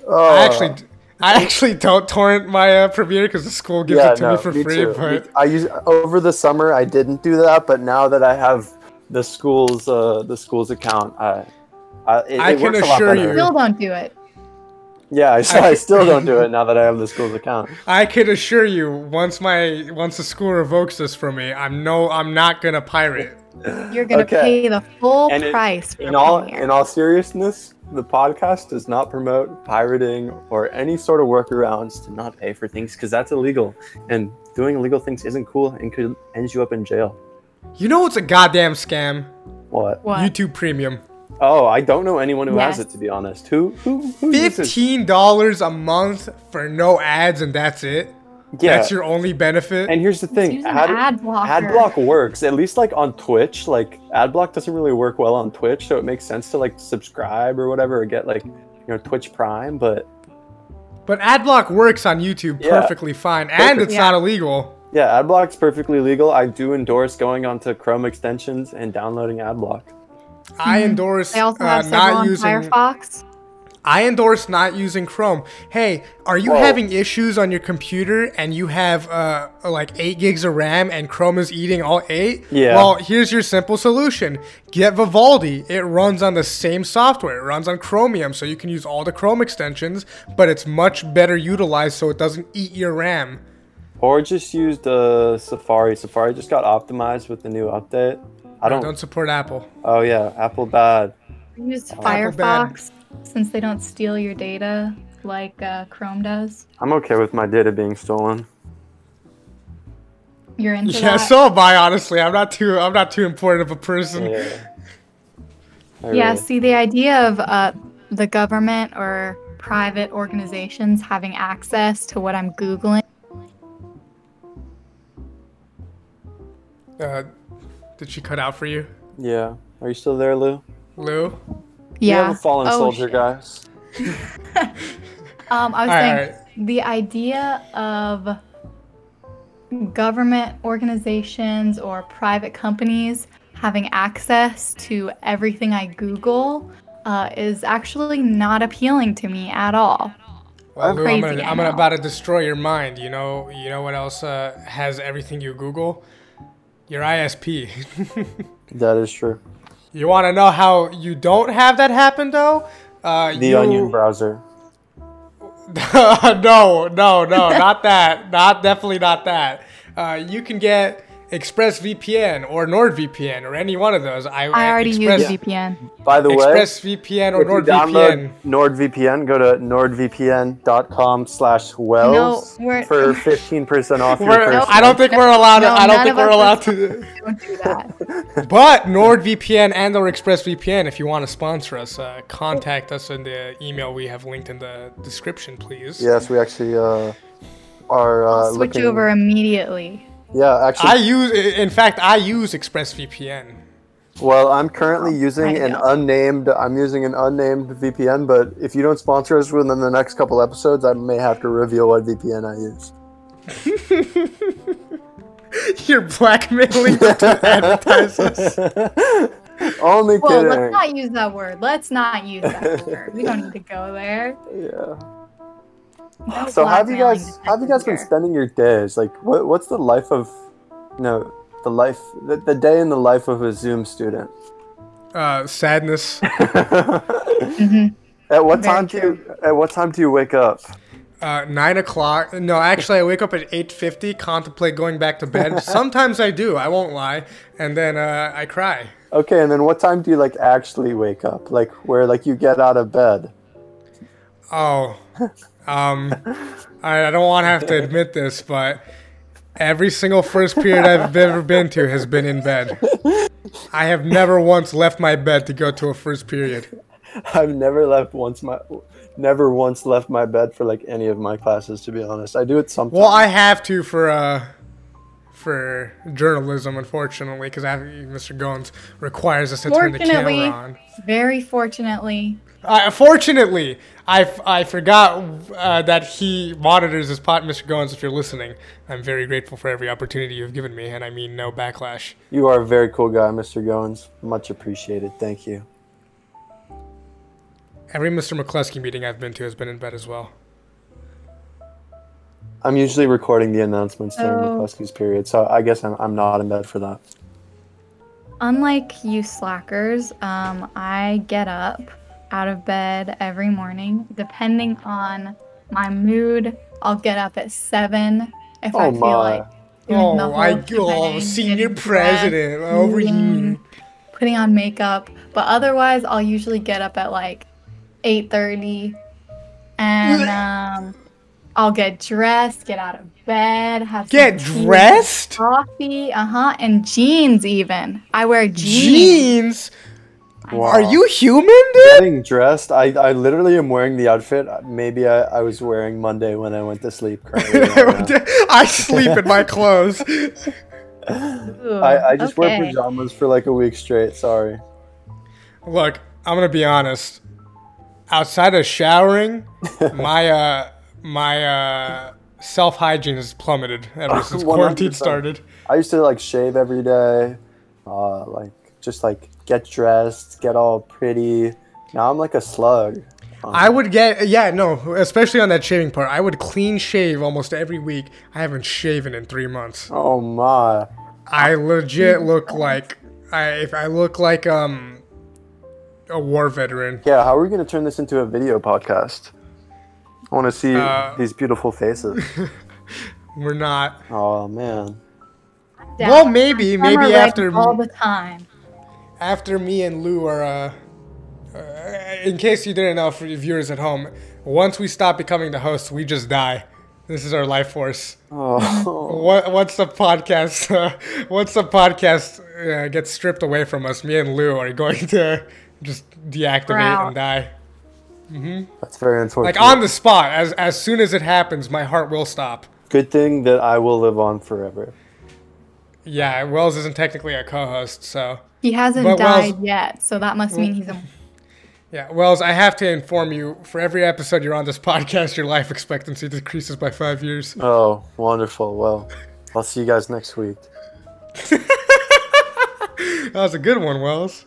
A: I actually. I actually don't torrent my uh, Premiere because the school gives it to me for free.
C: too.
A: But
C: I use over the summer. I didn't do that, but now that I have the school's uh, the school's account, I, I, it,
A: I
C: it
A: can
C: works a lot
A: assure
C: better.
A: you-
B: Still don't do it.
C: Yeah, I, I still don't do it now that I have the school's account.
A: I could assure you, once my once the school revokes this from me, I'm no, I'm not gonna pirate.
B: You're gonna
C: Okay.
B: pay the full
C: And it-
B: price. for
C: in all
B: Premiere.
C: in all seriousness, the podcast does not promote pirating or any sort of workarounds to not pay for things because that's illegal, and doing illegal things isn't cool and could end you up in jail.
A: You know it's a goddamn scam?
C: What?
B: what?
A: YouTube Premium.
C: Oh, I don't know anyone who has
B: Yes.
C: it to be honest. Who? Who? who uses-
A: Fifteen dollars a month for no ads, and that's it.
C: Yeah.
A: That's your only benefit.
C: and here's the thing:
B: using
C: ad,
B: ad blocker.
C: ad block works at least like on Twitch. Like ad block doesn't really work well on Twitch, so it makes sense to like subscribe or whatever or get like you know Twitch Prime, but.
A: but AdBlock works on YouTube
C: Yeah.
A: perfectly fine, and it's
B: Yeah.
A: not illegal.
C: Yeah, AdBlock's perfectly legal. I do endorse going onto Chrome extensions and downloading AdBlock.
A: I endorse
B: Mm-hmm. They also
A: uh,
B: have several
A: not
B: on
A: using.
B: Firefox.
A: I endorse not using Chrome. Hey, are you
C: Whoa.
A: having issues on your computer and you have uh, like 8 gigs of RAM and Chrome is eating all 8?
C: Yeah.
A: Well, here's your simple solution get Vivaldi. It runs on the same software, it runs on Chromium, so you can use all the Chrome extensions, but it's much better utilized so it doesn't eat your RAM.
C: Or just used uh, Safari. Safari just got optimized with the new update. I don't.
A: Don't support Apple.
C: Oh yeah, Apple bad.
B: We use
A: banned.
B: Firefox since they don't steal your data like uh, Chrome does.
C: I'm okay with my data being stolen.
B: You're into
A: Yeah,
B: that.
A: so am I honestly. I'm not too I'm not too important of a person.
C: Yeah. I
B: yeah.
C: really-
B: See, the idea of uh, the government or private organizations having access to what I'm Googling.
A: Uh, did she cut out for you,
C: Yeah. Are you still there, Lou?
A: Lou?
B: Yeah.
C: We have a fallen
B: Oh,
C: soldier,
B: shit.
C: guys.
B: Um, I
A: All
B: was saying
A: right, all
B: the idea of government organizations or private companies having access to everything I Google uh, is actually not appealing to me at all.
A: Well, Lou, I'm,
B: crazy,
A: gonna,
B: I
A: I'm gonna
B: know.
A: about to destroy your mind. You know, you know what else uh, has everything you Google? Your ISP.
C: That is true.
A: you want to know how you don't have that happen though? Uh,
C: The
A: you-
C: onion browser.
A: no, no, no, not that. Not definitely not that. Uh, you can get ExpressVPN or NordVPN or any one of those. I,
B: I already
A: Express,
B: use VPN.
C: By the way,
A: ExpressVPN or
C: If you
A: NordVPN.
C: download NordVPN, go to nordvpn.com slash wells
B: No, we're-
C: for 15% off your
A: We're,
C: first
A: I don't think we're allowed. to,
B: No,
A: I don't
B: none
A: think
B: of us
A: we're
B: are
A: allowed to.
B: Don't do that.
A: But NordVPN and or ExpressVPN, if you want to sponsor us, uh, contact us in the email we have linked in the description, please.
C: Yes, we actually uh, are uh,
B: Switch
C: looking.
B: over immediately.
C: Yeah, actually.
A: I use, in fact, I use ExpressVPN.
C: well, I'm currently using
B: Oh, I
C: an
B: know.
C: unnamed. I'm using an unnamed VPN, but if you don't sponsor us within the next couple episodes, I may have to reveal what VPN I use.
A: You're blackmailing the two advertisers.
C: Only
B: Well,
C: kidding.
B: let's not use that word. Let's not use that word. We don't need to go there.
C: yeah.
B: No
C: So how have you
B: blackmailing
C: guys
B: is
C: how have you guys been
B: here.
C: spending your days? Like what what's the life of no the life the, the day in the life of a Zoom student?
A: Uh, sadness. Mm-hmm.
C: At what
B: Very
C: time do you at what time do you wake up?
A: Uh, nine o'clock. No, actually, I wake up at eight fifty. Contemplate going back to bed. Sometimes I do. I won't lie. And then uh, I cry.
C: Okay, and then what time do you like actually wake up? Like where like you get out of bed?
A: Oh, um, I, I don't want to have to admit this, but every single first period I've ever been to has been in bed. I have never once left my bed to go to a first period.
C: I've never left once my never once left my bed for like any of my classes to be honest. I do it sometimes.
A: Well, I have to for uh, for journalism, unfortunately, because Mr. Goins requires us to turn the
B: Fortunately.
A: camera on.
B: Very fortunately,
A: Uh, fortunately, I, f- I forgot uh, that he monitors his pot, Mr. Goins. If you're listening, I'm very grateful for every opportunity you've given me, and I mean no backlash.
C: you are a very cool guy, Mr. Goins. Much appreciated. Thank you.
A: Every Mr. McCleskey meeting I've been to has been in bed as well.
C: I'm usually recording the announcements during
B: Oh.
C: McCluskey's period, so I guess I'm, I'm not in bed for that.
B: Unlike you slackers, um, I get up out of bed every morning. Depending on my mood, I'll get up at seven if I
C: Oh
B: feel
C: my.
B: like doing the
A: Oh,
B: whole
A: I
B: shebang,
A: go, senior
B: getting dressed,
A: president over
B: Mm.
A: here.
B: putting on makeup. But otherwise, I'll usually get up at like eight thirty, and um, I'll get dressed, get out of bed, have some
A: Get
B: tea,
A: dressed?
B: coffee, uh huh, and jeans. Even I wear jeans.
A: Jeans?
C: Wow.
A: Are you human, dude?
C: getting dressed? I, I literally am wearing the outfit maybe I, I was wearing Monday when I went to sleep. Currently, right now.
A: I sleep in my clothes.
B: Ooh,
C: I, I just
B: okay.
C: wear pajamas for like a week straight. Sorry.
A: Look, I'm gonna be honest. Outside of showering, my uh, my uh, self hygiene has plummeted ever since quarantine
C: 100%.
A: started.
C: I used to like shave every day, uh, like just like get dressed, get all pretty. Now I'm like a slug.
A: I would get yeah no, especially on that shaving part. I would clean shave almost every week. I haven't shaven in three months.
C: Oh my.
A: I legit look like I if I look like um a war veteran.
C: Yeah, how are we going to turn this into a video podcast? I want to see
A: Uh,
C: these beautiful faces.
A: We're not.
C: oh man.
B: Down.
A: Well, maybe
B: I'm
A: maybe
B: erect
A: after
B: all the time.
A: after me and Lou are, uh, uh, in case you didn't know for your viewers at home, once we stop becoming the hosts, we just die. This is our life force.
C: Oh,
A: What, once the podcast, uh, once the podcast uh, gets stripped away from us, me and Lou are going to just deactivate
B: We're out.
A: and die. hmm
C: That's very unfortunate.
A: Like on the spot, as as soon as it happens, my heart will stop.
C: Good thing that I will live on forever.
A: Yeah, Wells isn't technically a co-host, so
B: He hasn't
A: But Wells-
B: died yet, so that must mean he's a.
A: yeah, Wells, I have to inform you. For every episode you're on this podcast, your life expectancy decreases by five years.
C: Oh, wonderful. Well, I'll see you guys next week.
A: That was a good one, Wells.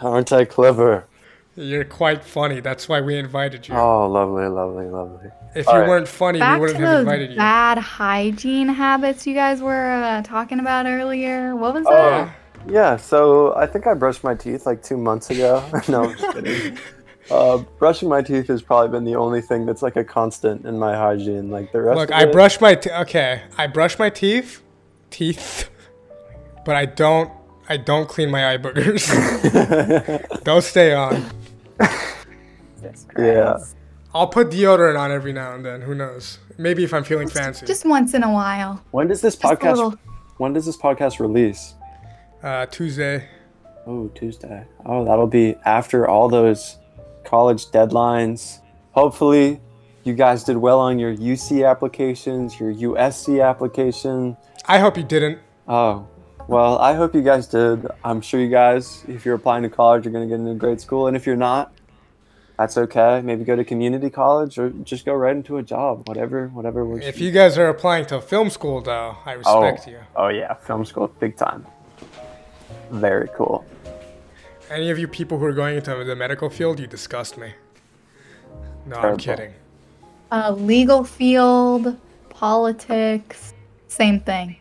C: Aren't I clever?
A: You're quite funny. That's why we invited you.
C: Oh, lovely, lovely, lovely.
A: if you
C: all right.
A: weren't funny, we
B: Back to
A: wouldn't have
B: those
A: invited you.
B: bad hygiene habits you guys were uh, talking about earlier. What was
C: Oh,
B: that?
C: yeah. So I think I brushed my teeth like two months ago. no, I'm just kidding. Uh, brushing my teeth has probably been the only thing that's like a constant in my hygiene. Like the rest.
A: Look,
C: of
A: I
C: it-
A: brush my te- okay. I brush my teeth, teeth, but I don't. I don't clean my eye boogers. Those stay on.
B: Jesus
C: yeah.
B: Christ.
A: I'll put deodorant on every now and then. Who knows? Maybe if I'm feeling fancy.
B: Just once in a while.
C: When does this
B: Just a
C: podcast?
B: little.
C: When does this podcast release?
A: uh, Tuesday.
C: Oh, Tuesday. Oh, that'll be after all those college deadlines. Hopefully, you guys did well on your UC applications, your USC application.
A: I hope you didn't.
C: Oh, well, I hope you guys did. I'm sure you guys, if you're applying to college, you're going to get into a great school. And if you're not, that's okay. Maybe go to community college or just go right into a job, whatever, whatever works.
A: If
C: for
A: you guys are applying to film school, though, I respect you.
C: Oh, yeah. Film school, big time. Very cool.
A: Any of you people who are going into the medical field, you disgust me. No, I'm
C: Terrible.
A: kidding.
B: Uh, legal field, politics, same thing.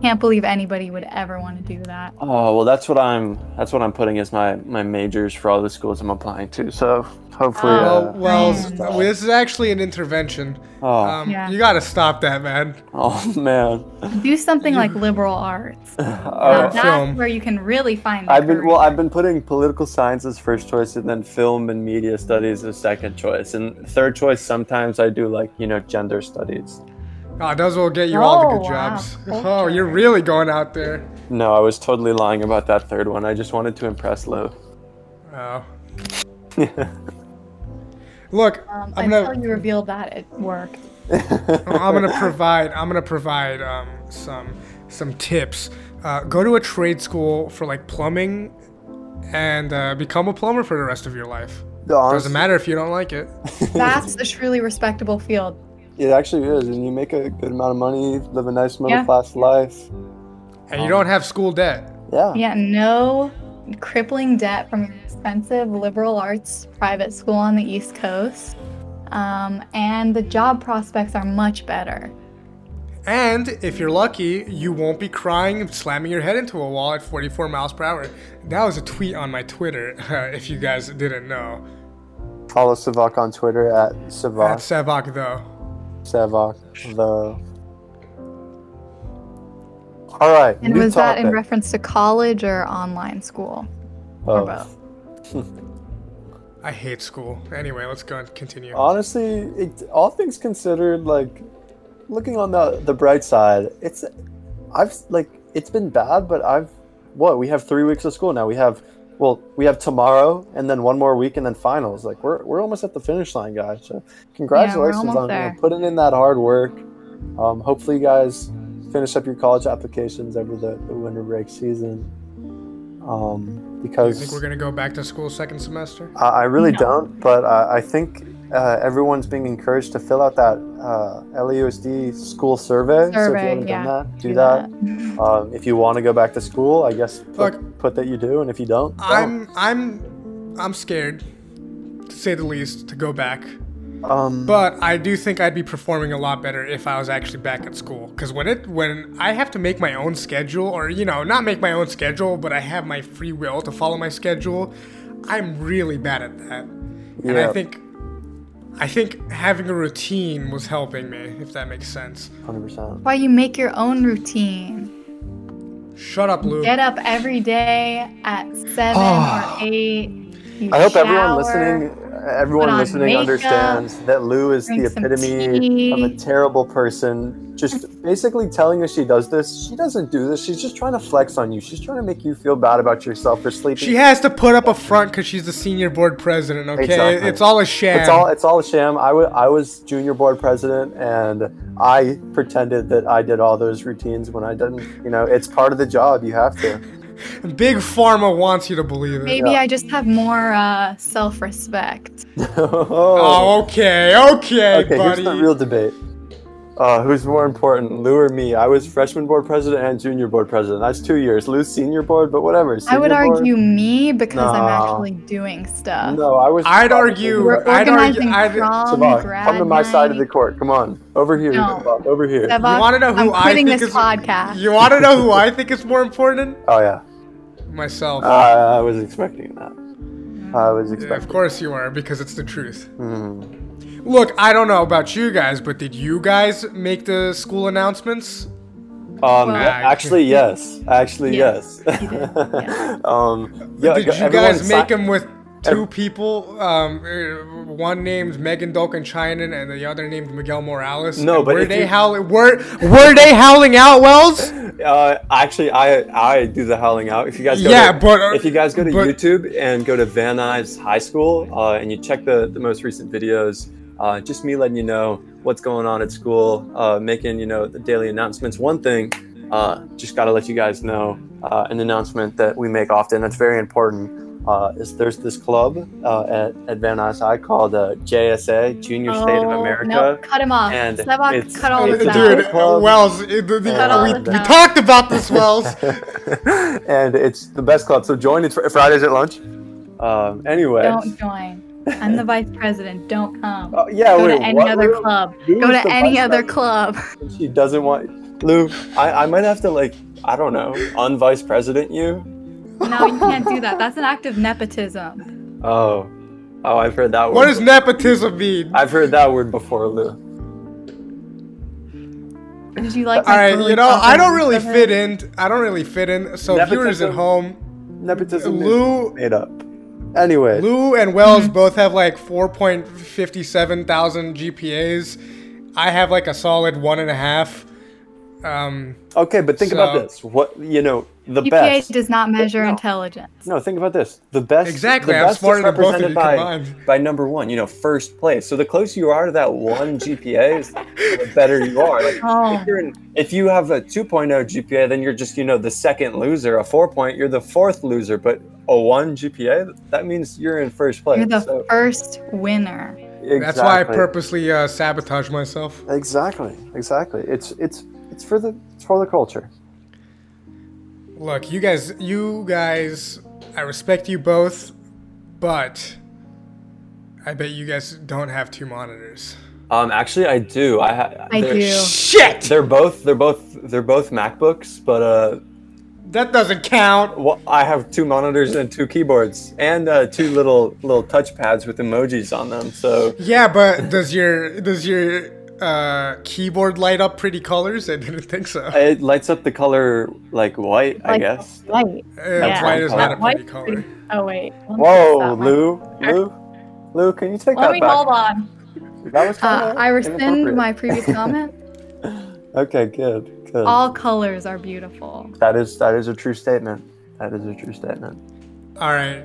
B: Can't believe anybody would ever want to do that.
C: Oh well, that's what I'm. That's what I'm putting as my my majors for all the schools I'm applying to. So hopefully,
A: Well,
C: uh,
B: Oh,
A: well, s-
B: man.
A: well, this is actually an intervention.
C: oh,
A: Um,
B: Yeah.
A: You gotta stop that, man.
C: oh man,
B: Do something like liberal arts.
C: Oh,
B: Now that's
A: Film.
B: where you can really find. the
C: I've been well.
B: career.
C: I've been putting political science as first choice, and then film and media studies as second choice, and third choice. Sometimes I do like you know gender studies.
A: Oh, those will get you all the
B: Oh,
A: good
B: wow.
A: jobs. Oh,
B: Culture.
A: you're really going out there.
C: No, I was totally lying about that third one. I just wanted to impress Lou.
A: Oh.
C: yeah,
A: Look,
B: Um,
A: I'm
B: until
A: gonna.
B: you revealed that it worked.
A: I'm gonna provide. I'm gonna provide um, some some tips. Uh, go to a trade school for like plumbing, and uh, become a plumber for the rest of your life. Doesn't matter if you don't like it.
B: That's a truly respectable field.
C: It actually is, and you make a good amount of money, live a nice middle
B: Yeah.
C: class life.
A: And
B: Oh.
A: you don't have school debt.
C: Yeah.
B: Yeah, no crippling debt from your expensive liberal arts private school on the East Coast. Um, and the job prospects are much better.
A: And if you're lucky, you won't be crying and slamming your head into a wall at 44 miles per hour. That was a tweet on my Twitter, uh, if you guys didn't know.
C: Follow Savak on Twitter at
A: At
C: Savak.
A: Sevak, though.
C: Savak the. All right.
B: And
C: new
B: was that in
C: topic.
B: reference to college or online school?
C: Oh.
B: both?
A: I hate school. Anyway, let's go and continue.
C: Honestly, it, all things considered, like looking on the the bright side, it's I've like it's been bad, but I've what we have three weeks of school now. We have well, we have tomorrow and then one more week and then finals. Like we're we're almost at the finish line, guys. So congratulations
B: almost
C: on you know,
B: there.
C: putting in that hard work. Um, hopefully, you guys finish up your college applications over the, the winter break season. Um,
A: I
C: because
A: think we're going to go back to school second semester.
C: I, I really
B: No.
C: don't, but uh, I think uh, everyone's being encouraged to fill out that uh, LAUSD school survey. so if you
B: Survey,
C: haven't
B: yeah,
C: done that, do, that. Um, if you want to go back to school, I guess put,
A: Look.
C: put that you do, and if you don't, don't.
A: I'm I'm I'm scared, to say the least, to go back.
C: Um,
A: But I do think I'd be performing a lot better if I was actually back at school. Cause when it when I have to make my own schedule, or you know, not make my own schedule, but I have my free will to follow my schedule, I'm really bad at that. And I
C: Yeah.
A: think I think having a routine was helping me, if that makes sense.
C: 100%.
B: Why you make your own routine.
A: Shut up, Lou.
B: Get up every day at seven or eight. You
C: Ah. I hope everyone
B: shower.
C: listening everyone
B: on
C: listening
B: makeup,
C: understands that Lou is the
B: drink some
C: epitome of a
B: tea.
C: terrible person. Just basically telling us she does this. She doesn't do this. She's just trying to flex on you. She's trying to make you feel bad about yourself for sleeping.
A: She has to put up a front because she's the senior board president. Okay,
C: Exactly.
A: it's all a sham.
C: It's all it's all a sham. I wa- I was junior board president, and I pretended that I did all those routines when I didn't. You know, it's part of the job. You have to.
A: Big pharma wants you to believe it.
B: Maybe
C: Yeah.
B: I just have more uh, self-respect.
C: oh,
A: Oh, okay, okay,
C: okay.
A: buddy.
C: Here's the real debate. Uh, who's more important, Lou or me? I was freshman board president and junior board president. That's two years. Lou's senior board, but whatever.
B: I would
C: senior board-
B: argue uh, me because I'm
C: No.
B: actually doing stuff.
C: No, I was.
A: I'd argue-
B: We're
A: I'd argue-
B: organizing
A: I'd-
B: prom,
C: Savant,
B: grad
C: come to my side of the
B: night.
C: court. Come on, over here,
B: No.
C: Savant, over here.
B: Devok,
A: You wanna know who
B: I'm
A: I
B: quitting
A: think
B: this
A: is-
B: podcast.
A: You want to know who I think is more important?
C: Oh yeah,
A: Myself.
C: I I was expecting that. I was
A: Yeah, of
C: expecting.
A: course you are, because it's the truth.
C: Hmm.
A: Look, I don't know about you guys, but did you guys make the school announcements?
C: Um,
B: Well-
C: actually, yes. Actually, yes.
B: Yes, you did, yeah.
C: um, yeah,
A: did
C: go-
A: you
C: everyone
A: guys
C: si-
A: make them with two people? Um, uh, one named Megan Dolkin Chinen and the other named Miguel Morales.
C: No,
A: And
C: but
A: were
C: if
A: they
C: you-
A: howling? Were were they howling out, Wells?
C: Uh, actually, I I do the howling out. If you guys go
A: Yeah,
C: to,
A: but, uh,
C: if you guys go to
A: but-
C: YouTube and go to Van Nuys High School uh, and you check the the most recent videos, uh, just me letting you know what's going on at school, uh, making you know the daily announcements. One thing, uh, just gotta let you guys know uh, an announcement that we make often that's very important. Uh, is there's this club uh, at, at Van Nuys High called uh, JSA Junior State of
B: Oh,
C: America.
B: No, cut him off.
C: and it's-
B: Sevak, cut all
C: it's
B: this
C: a
B: out.
A: Dude,
C: dude. club.
A: Wells, it- the- the-
C: Cut all
A: we,
C: of
A: we
B: that.
A: talked about this, Wells.
C: and it's the best club. So join it fr- Fridays at lunch. Um, anyway.
B: Don't join. I'm the vice president. Don't come.
C: Oh, yeah,
B: Go
C: wait,
B: to any
C: what?
B: other
C: Lou?
B: club.
C: Lou
B: Go
C: is
B: to
C: the
B: any
C: vice
B: other club.
C: president. She doesn't want Lou. I, I might have to like I don't know unvice president you.
B: No, you can't do that. That's an act of nepotism.
C: Oh, oh, I've heard that word.
A: what does nepotism mean?
C: I've heard that word before, Lou.
B: Did you like?
A: All right, you know, I don't really fit
B: in.
A: in. I don't really fit in. So viewers at
C: Nepotism.
A: home,
C: Nepotism. is
A: Lou,
C: made up. Anyway,
A: Lou and Wells both have like 4.57 thousand GPAs. I have like a solid one and a half. Um,
C: okay, but think
A: So-
C: about this. What you know, the
B: GPA
C: best.
B: E does not measure
C: No.
B: intelligence.
C: No, think about this. The best.
A: Exactly,
C: The
A: I'm
C: best is
A: smarter than both of
C: represented
A: you
C: by,
A: combined.
C: By number one, you know, first place. So the closer you are to that one GPA, is the better you are. Like,
B: Oh,
C: if, you're in, if you have a 2.0 GPA, then you're just, you know, the second loser. A four point, you're the fourth loser. But a one GPA, that means you're in first place.
B: you're the
C: So-
B: first winner.
C: exactly.
A: That's why I purposely uh, sabotage myself.
C: Exactly. Exactly. It's it's it's for the it's for the culture.
A: Look, you guys, you guys, I respect you both, but I bet you guys don't have two monitors.
C: Um, actually, I do. I ha-
B: I
C: they're-
B: do.
A: Shit!
C: They're both they're both they're both MacBooks, but uh,
A: That doesn't count.
C: Well, I have two monitors and two keyboards and uh, two little little touch pads with emojis on them. So
A: Yeah, but does your does your uh, keyboard light up pretty colors? I didn't think so.
C: it lights up the color like white, I
B: Like,
C: guess.
B: White.
A: Uh,
B: Yeah.
A: White is
C: That
A: not a
B: white
A: pretty
B: is
A: color.
B: pretty- Oh wait. Let me fix
C: Whoa,
B: that one.
C: Lou, Lou, Lou, can you take
B: Let
C: that
B: me
C: back?
B: hold on.
C: That was
B: Uh,
C: kinda
B: I rescind
C: inappropriate.
B: my previous comment.
C: okay, good, good.
B: All colors are beautiful.
C: that is that is a true statement. That is a true statement.
A: All right,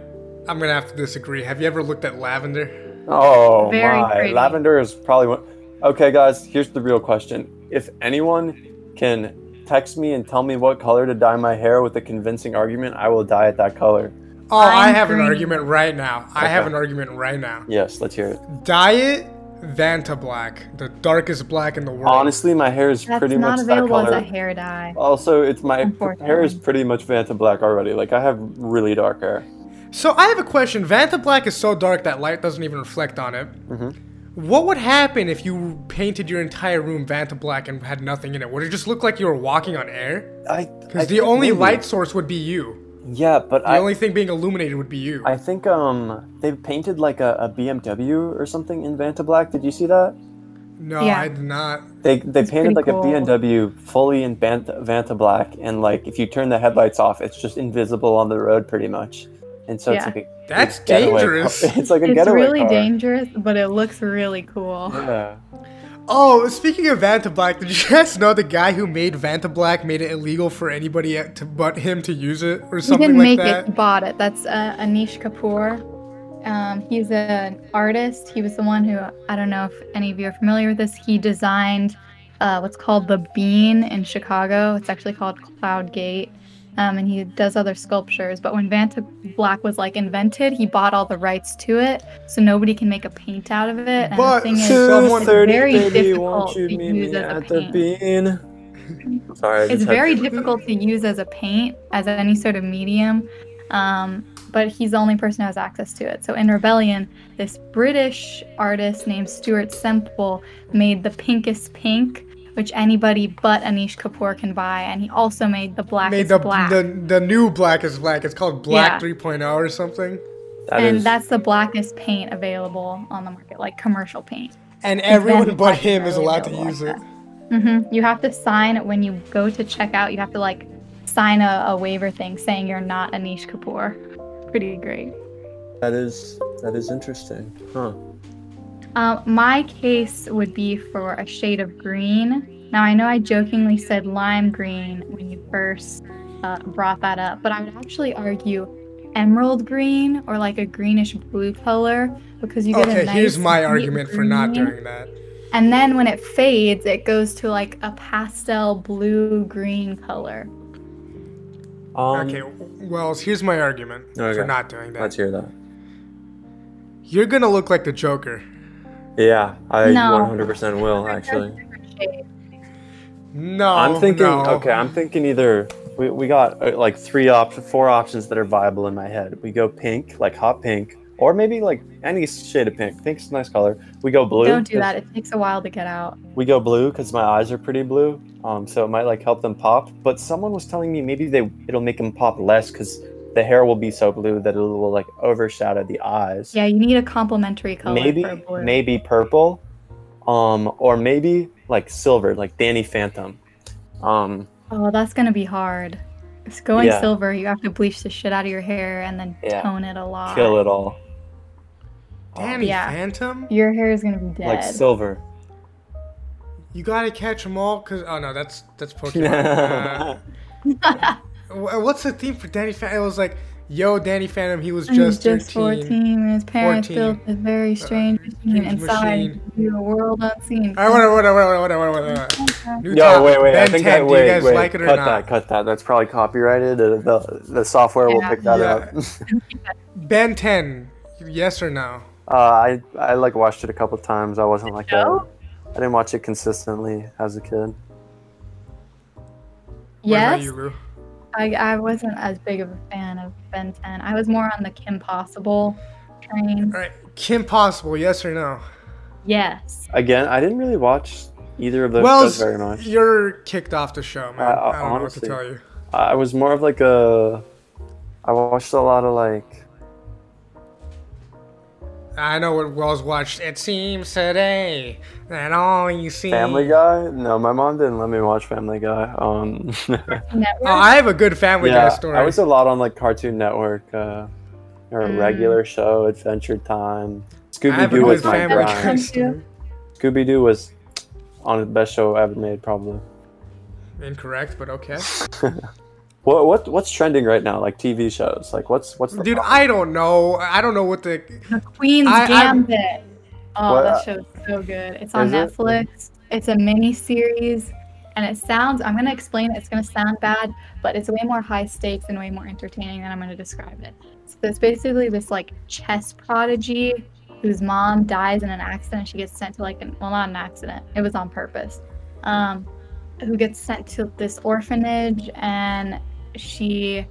A: I'm gonna have to disagree. Have you ever looked at lavender?
C: Oh
B: Very
C: my,
B: pretty.
C: lavender is probably one. Okay, guys, here's the real question: If anyone can text me and tell me what color to dye my hair with a convincing argument, I will dye it that color.
A: Oh, I
B: I'm
A: have an
B: green.
A: argument right now. I have
C: Okay.
A: an argument right now.
C: Yes, let's hear it.
A: Dye it Vanta black, the darkest black in the world.
C: Honestly, my hair is
B: That's
C: pretty
B: not
C: much that
B: available as a
C: color.
B: hair dye.
C: Also, it's my
B: Unfortunately.
C: hair is pretty much Vanta black already. Like I have really dark hair.
A: So I have a question. Vanta black is so dark that light doesn't even reflect on it. What would happen if you painted your entire room Vanta black and had nothing in it? Would it just look like you were walking on air?
C: I I
A: Because the
C: think
A: only
C: maybe-
A: light source would be you.
C: Yeah, but
A: The
C: I
A: only thing being illuminated would be you.
C: I think um they painted like a, a BMW or something in Vanta black. Did you see that?
A: no,
B: Yeah.
A: I did not.
C: They they
B: pretty
C: painted like
B: cool.
C: a BMW fully in Vanta, Vanta black, and like if you turn the headlights off, it's just invisible on the road pretty much. and so it's
B: Yeah.
C: like a
A: That's
C: getaway-
A: dangerous.
C: It's like a
B: It's
C: getaway
B: really
C: car.
B: dangerous, but it looks really cool.
C: Yeah.
A: Oh, speaking of Vantablack, did you guys know the guy who made Vantablack made it illegal for anybody to but him to use it or
B: He
A: something
B: didn't
A: like
B: make
A: that?
B: it, he bought it. That's uh, Anish Kapoor. Um, he's an artist. He was the one who, I don't know if any of you are familiar with this, he designed uh, what's called the Bean in Chicago. It's actually called Cloud Gate. Um, and he does other sculptures. But when Vanta Black was like invented, he bought all the rights to it. So nobody can make a paint out of it. And
A: But
B: the thing is,
A: so- Someone-
C: Someone
A: It's
B: very
C: thirty, baby,
B: difficult
C: won't you
B: to
C: meet
B: use
C: me
B: as a
C: at the
B: paint.
C: bean? Sorry, I
B: it's
C: just had-
B: very difficult to use as a paint, as any sort of medium. Um, but he's the only person who has access to it. So in Rebellion, this British artist named Stuart Semple made the Pinkest Pink, which anybody but Anish Kapoor can buy, and he also made the Blackest
A: made the,
B: Black.
A: the the new Black is Black. It's called Black
B: Yeah.
A: 3.0 or something.
C: That
B: and
C: is-
B: that's the blackest paint available on the market, like commercial paint.
A: And everyone
B: Vantablack
A: but
B: is
A: him is
B: really
A: allowed to
B: available
A: use
B: like
A: it.
B: that. hmm You have to sign when you go to check out. You have to like sign a, a waiver thing saying you're not Anish Kapoor. Pretty great.
C: that is that is interesting. Huh.
B: Um, my case would be for a shade of green. Now I know I jokingly said lime green when you first uh, brought that up, but I would actually argue emerald green or like a greenish blue color because you get a
A: Okay,
B: nice
A: here's my
B: deep
A: argument for not
B: green.
A: doing that.
B: And then when it fades, it goes to like a pastel blue green color.
C: Um,
A: Okay, Wells, here's my argument for
C: Okay.
A: not doing
C: let's
A: that.
C: hear that.
A: You're gonna look like the Joker.
C: Yeah, I
B: No.
C: 100% will actually.
A: No,
C: I'm thinking.
A: no.
C: Okay, I'm thinking either we, we got uh, like three options, four options that are viable in my head. We go pink, like hot pink, or maybe like any shade of pink. Pink's a nice color. We go blue.
B: Don't do
C: 'cause-
B: that. It takes a while to get out.
C: We go blue because my eyes are pretty blue. Um, so it might like help them pop. But someone was telling me maybe they it'll make them pop less because the hair will be so blue that it will like overshadow the eyes.
B: Yeah, you need a complementary color.
C: maybe
B: for blue.
C: maybe purple, um, or maybe like silver, like Danny Phantom. Um,
B: Oh, that's gonna be hard. It's going
C: Yeah.
B: silver. You have to bleach the shit out of your hair and then
C: Yeah.
B: tone it a lot.
C: kill it all.
A: Danny
B: Yeah.
A: Phantom.
B: Your hair is gonna be dead.
C: like silver.
A: You gotta catch them all, cause oh no, that's that's Pokemon. uh,
C: yeah,
A: wh- what's the theme for Danny Phantom? It was like, yo, Danny Phantom. He was
B: And he's
A: just, 13.
B: 14, and his parents
A: 14.
B: built this very strange machine
A: huge
B: inside
A: machine.
B: you, a world unseen.
A: All right, whatever, whatever, whatever, whatever, whatever. New
C: Yo,
A: topic.
C: wait, wait. I
A: Ben 10,
C: think that
A: do you
C: wait,
A: guys
C: wait.
A: like it or
C: cut
A: not?
C: that, cut that. That's probably copyrighted. The the, the software will
B: Yeah.
C: pick that
A: Yeah.
C: up.
A: Ben 10, yes or no?
C: Uh, I I like watched it a couple times. I wasn't like that.
B: show?
C: I didn't watch it consistently as a kid.
A: What about
B: Yes,
A: you, Lou?
B: I, I wasn't as big of a fan of Ben 10. I was more on the Kim Possible train.
A: All right, Kim Possible, yes or no?
B: Yes.
C: Again, I didn't really watch either of those
A: Well,
C: shows very much.
A: you're kicked off the show, man. I,
C: I- I-
A: don't
C: honestly.
A: know what to tell you.
C: I was more of like a. I watched a lot of like.
A: I know what Wells watched. It seems today that all you see.
C: Family Guy. No, my mom didn't let me watch Family Guy. Um,
B: Network.
A: Oh, I have a good Family
C: yeah,
A: Guy story.
C: I was a lot on like Cartoon Network, uh, or
B: Mm.
C: regular show, Adventure Time.
A: I
C: Scooby
A: have a
C: Doo
A: good
C: was my
A: Family Guy
C: prime.
B: Thank
A: story.
C: Scooby Doo was on the best show ever made, probably.
A: Incorrect, but okay.
C: What what what's trending right now? Like TV shows. Like what's what's the
A: Dude, I don't know. I don't know what the.
B: Queen's
A: I- I'm-
B: Gambit. oh,
C: What-
B: that show's so good. It's on
C: Is it?
B: Netflix. It's a mini series, and it sounds. I'm gonna explain it. It's gonna sound bad, but it's way more high stakes and way more entertaining than I'm gonna describe it. So it's basically this like chess prodigy whose mom dies in an accident. and She gets sent to like an well, not an accident. It was on purpose. Um, who gets sent to this orphanage, and she.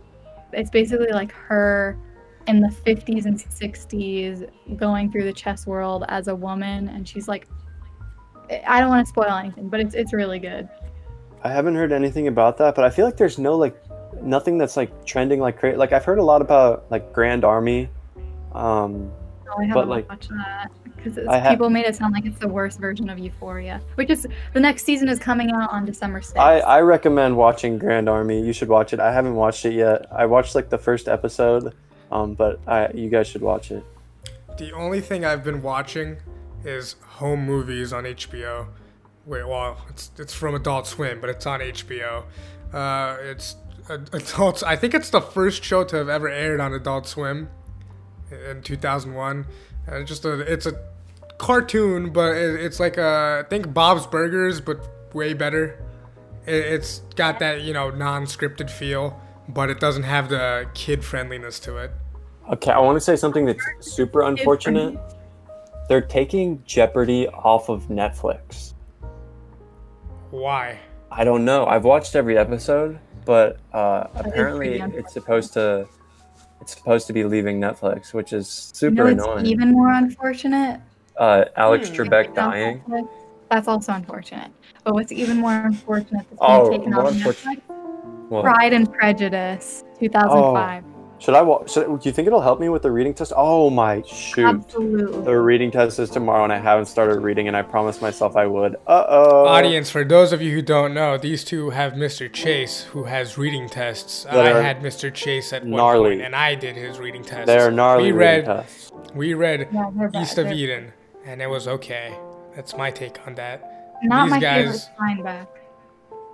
B: It's basically like her in the 50s and 60s going through the chess world as a woman and she's like I don't want to spoil anything but it's it's really good.
C: I haven't heard anything about that, but I feel like there's no like nothing that's like trending like crazy. Like I've heard a lot about like Grand Army. Um,
B: No, I haven't
C: like-
B: watched that because
C: I ha-
B: people made it sound like it's the worst version of Euphoria, which is the next season is coming out on December 6th.
C: I I recommend watching Grand Army. You should watch it. I haven't watched it yet. I watched like the first episode, Um, but I, you guys should watch it.
A: The only thing I've been watching is home movies on HBO. Wait, well, it's it's from Adult Swim, but it's on HBO. Uh, it's uh, adults. I think it's the first show to have ever aired on Adult Swim in 2001. And it's just a it's a cartoon, but it, it's like a think Bob's Burgers, but way better. It, it's got that you know non-scripted feel, but it doesn't have the kid friendliness to it.
C: Okay, I want to say something that's super unfortunate. They're taking Jeopardy off of Netflix.
A: Why?
C: I don't know. I've watched every episode, but uh,
B: think
C: apparently
B: pretty
C: it's supposed to it's supposed to be leaving Netflix, which is
B: You
C: super
B: know, it's
C: annoying.
B: even more unfortunate.
C: uh, Alex
D: Hmm.
C: Trebek
B: Taken off
C: dying.
B: Netflix. That's also unfortunate. But what's even more unfortunate that's
C: Oh,
B: being taken
C: more
B: off
C: unfortunate.
B: Netflix?
C: Well,
B: Pride and Prejudice, 2005.
C: Should I watch? Should, do you think it'll help me with the reading test? Oh my shoot!
B: Absolutely.
C: The reading test is tomorrow, and I haven't started reading, and I promised myself I would. Uh oh.
A: Audience, for those of you who don't know, these two have Mr. Chase, who has reading tests. I
C: are
A: had Mr. Chase at one
C: gnarly.
A: point, and I did his reading tests.
C: They're gnarly
A: We read,
C: reading tests.
A: we read
B: Yeah, they're bad.
A: East of
B: They're
A: Eden, and it was okay. That's my take on that.
B: Not
A: These
B: my
A: guys-
B: favorite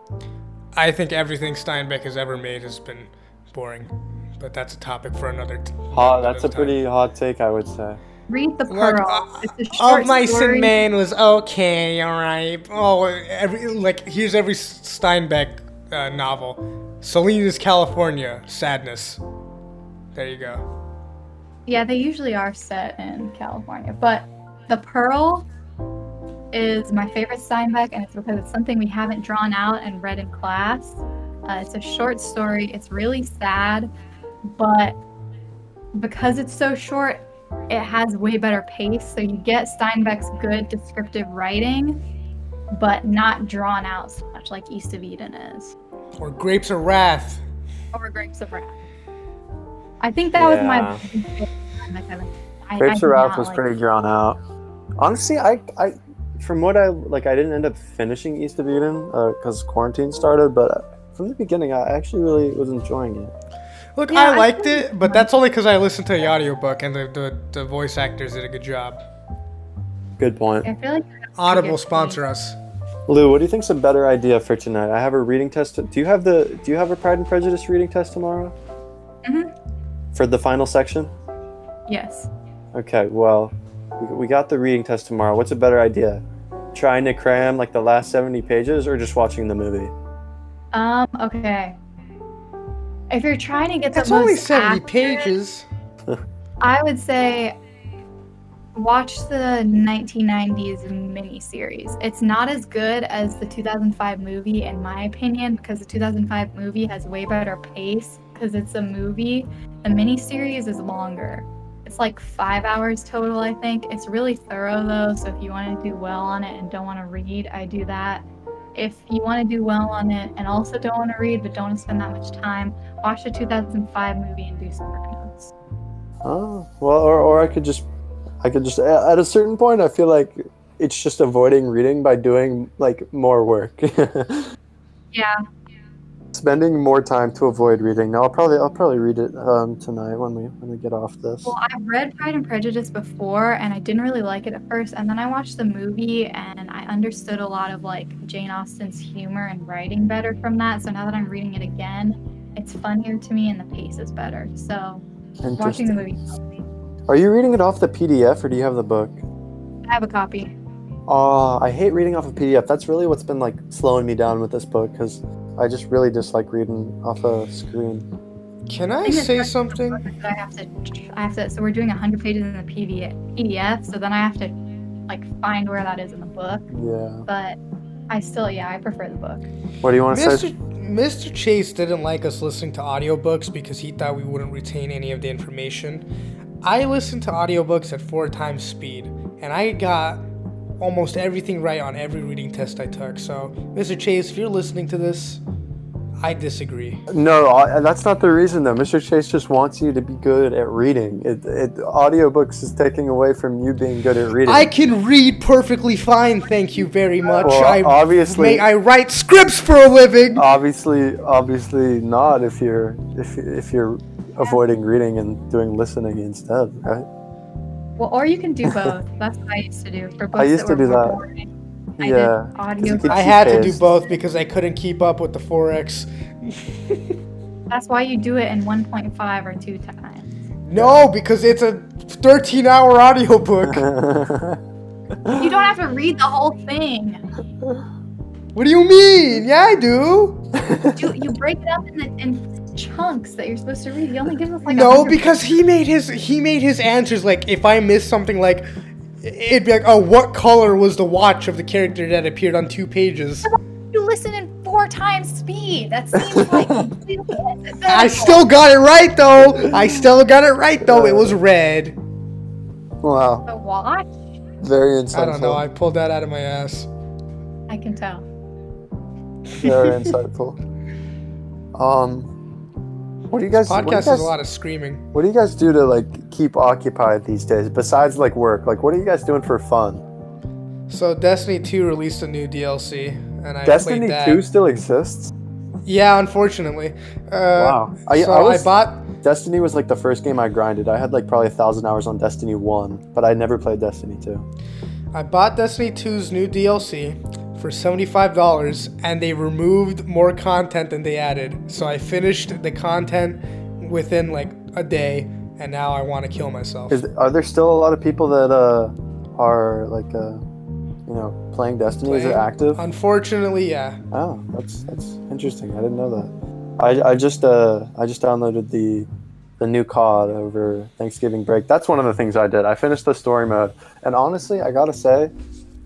B: Steinbeck.
A: I think everything Steinbeck has ever made has been boring, but that's a topic for another. T-
C: Hot. That's a
A: another time.
C: pretty hot take, I would say.
B: Read The
A: Look,
B: Pearl.
A: uh,
B: it's a
A: Of
B: short
A: My
B: story.
A: Sin Man was okay, alright. Oh, every, like, here's every Steinbeck uh, novel Salinas, California, Sadness. There you go.
B: Yeah, they usually are set in California. But The Pearl is my favorite Steinbeck, and it's because it's something we haven't drawn out and read in class. Uh, it's a short story. It's really sad, but because it's so short, it has way better pace. So you get Steinbeck's good descriptive writing, but not drawn out so much like East of Eden is.
A: Or Grapes of Wrath.
B: Or Grapes of Wrath. I think that was my.
C: Yeah.
B: favorite Steinbeck I've ever- I- I
C: Grapes
B: did
C: of Wrath
B: not
C: was
B: like
C: pretty drawn out. Honestly, I, I, from what I like, I didn't end up finishing East of Eden because quarantine started. But uh, from the beginning, I actually really was enjoying it.
A: Look,
B: Yeah,
A: I
B: I
A: liked
B: think-
A: it, but that's only because I listened to the audiobook and the, the, the voice actors did a good job.
C: Good point,
B: I feel like that's pretty
A: Audible
B: good
A: sponsor us.
C: Lou. What do you think's a better idea for tonight? I have a reading test. Do you have the Do you have a Pride and Prejudice reading test tomorrow?
B: Mhm.
C: For the final section.
B: for me. Yes.
C: Okay. Well, we, we got the reading test tomorrow. What's a better idea? Trying to cram like the last seventy pages, or just watching the movie?
B: Um. Okay. If you're trying to get
A: That's
B: the
A: only
B: most
A: 70
B: accurate,
A: pages.
B: I would say watch the 1990s miniseries. It's not as good as the 2005 movie, in my opinion, because the 2005 movie has way better pace because it's a movie. The miniseries is longer. It's like five hours total, I think. It's really thorough though, so if you want to do well on it and don't want to read, I do that. If you want to do well on it and also don't want to read but don't want to spend that much time, watch the 2005 movie and do some work notes.
C: Oh well, or, or I could just, I could just a- at a certain point, I feel like it's just avoiding reading by doing like more work,
B: Yeah,
C: spending more time to avoid reading. Now I'll probably I'll probably read it um, tonight when we when we get off this.
B: well, I've read Pride and Prejudice before, and I didn't really like it at first. And then I watched the movie, and I understood a lot of like Jane Austen's humor and writing better from that. So now that I'm reading it again, it's funnier to me, and the pace is better. So watching the
C: Interesting.
B: movie, helped me.
C: Are you reading it off the PDF or do you have the book?
B: I have a copy.
C: Oh, I hate reading off a PDF. That's really what's been like slowing me down with this book because I just really dislike reading off a screen.
A: Can I
B: Thing is,
A: say
B: that's the
A: something?
B: book that I have to, I have to. So we're doing 100 pages in the PDF, PDF. So then I have to like find where that is in the book.
C: Yeah.
B: But I still, yeah, I prefer the book.
C: What do you want to say?
A: Mr. Mr. Chase didn't like us listening to audiobooks because he thought we wouldn't retain any of the information. I listened to audiobooks at four times speed, and I got almost everything right on every reading test I took. So, Mr. Chase, if you're listening to this, I disagree.
C: No, I- that's not the reason though. Mr. Chase just wants you to be good at reading. It, it audiobooks is taking away from you being good at reading.
A: I can read perfectly fine, thank you very much.
C: Well,
A: I
C: obviously-
A: may- I write scripts for a living.
C: obviously, obviously not if you're if if you're avoiding reading and doing listening instead, right?
B: Well, or you can do both. That's what I used to do for books.
C: I used
B: that
C: to
B: were
C: do
B: more
C: that.
B: boring. I did
C: Yeah. 'cause
B: audio
C: you could
A: I
C: keep
A: had to do
C: pace.
A: both because I couldn't keep up with the forex.
B: That's why you do it in 1.5 or two times.
A: No, because it's a 13-hour audiobook.
B: You don't have to read the whole thing.
A: what do you mean? Yeah, I do.
B: Do you break it up in, the, in chunks that you're supposed to read? You only give us like
A: no,
B: 100
A: because he made his he made his answers like if I missed something like it'd be like, "Oh, what color was the watch of the character that appeared on two pages?"
B: you listen in four times speed. That seems like completely
A: I
B: antithetical.
A: still got it right though. I still got it right though. It was red.
C: wow,
B: the watch.
C: very insightful.
A: I don't know. I pulled that out of my ass.
B: I can tell.
C: very insightful. Um, what do you guys? what do you
A: Podcast is
C: guys-
A: a lot of screaming.
C: What do you guys do to like keep occupied these days besides like work? Like, what are you guys doing for fun?
A: So Destiny 2 released a new DLC, and I
C: Destiny
A: played that.
C: Two still exists.
A: Yeah, unfortunately. Uh,
C: Wow. I-
A: so
C: I was-
A: I bought
C: Destiny was like the first game I grinded. I had like probably a thousand hours on Destiny One, but I never played Destiny Two.
A: I bought Destiny 2's new DLC for $75 and they removed more content than they added. So I finished the content within like a day and now I want to kill myself.
C: Is are there still a lot of people that uh are like uh you know playing Destiny? Is it
A: Playing.
C: active?
A: Unfortunately, yeah.
C: Oh, that's that's interesting. I didn't know that. I, I just uh I just downloaded the the new COD over Thanksgiving break. That's one of the things I did. I finished the story mode, and honestly, I gotta say,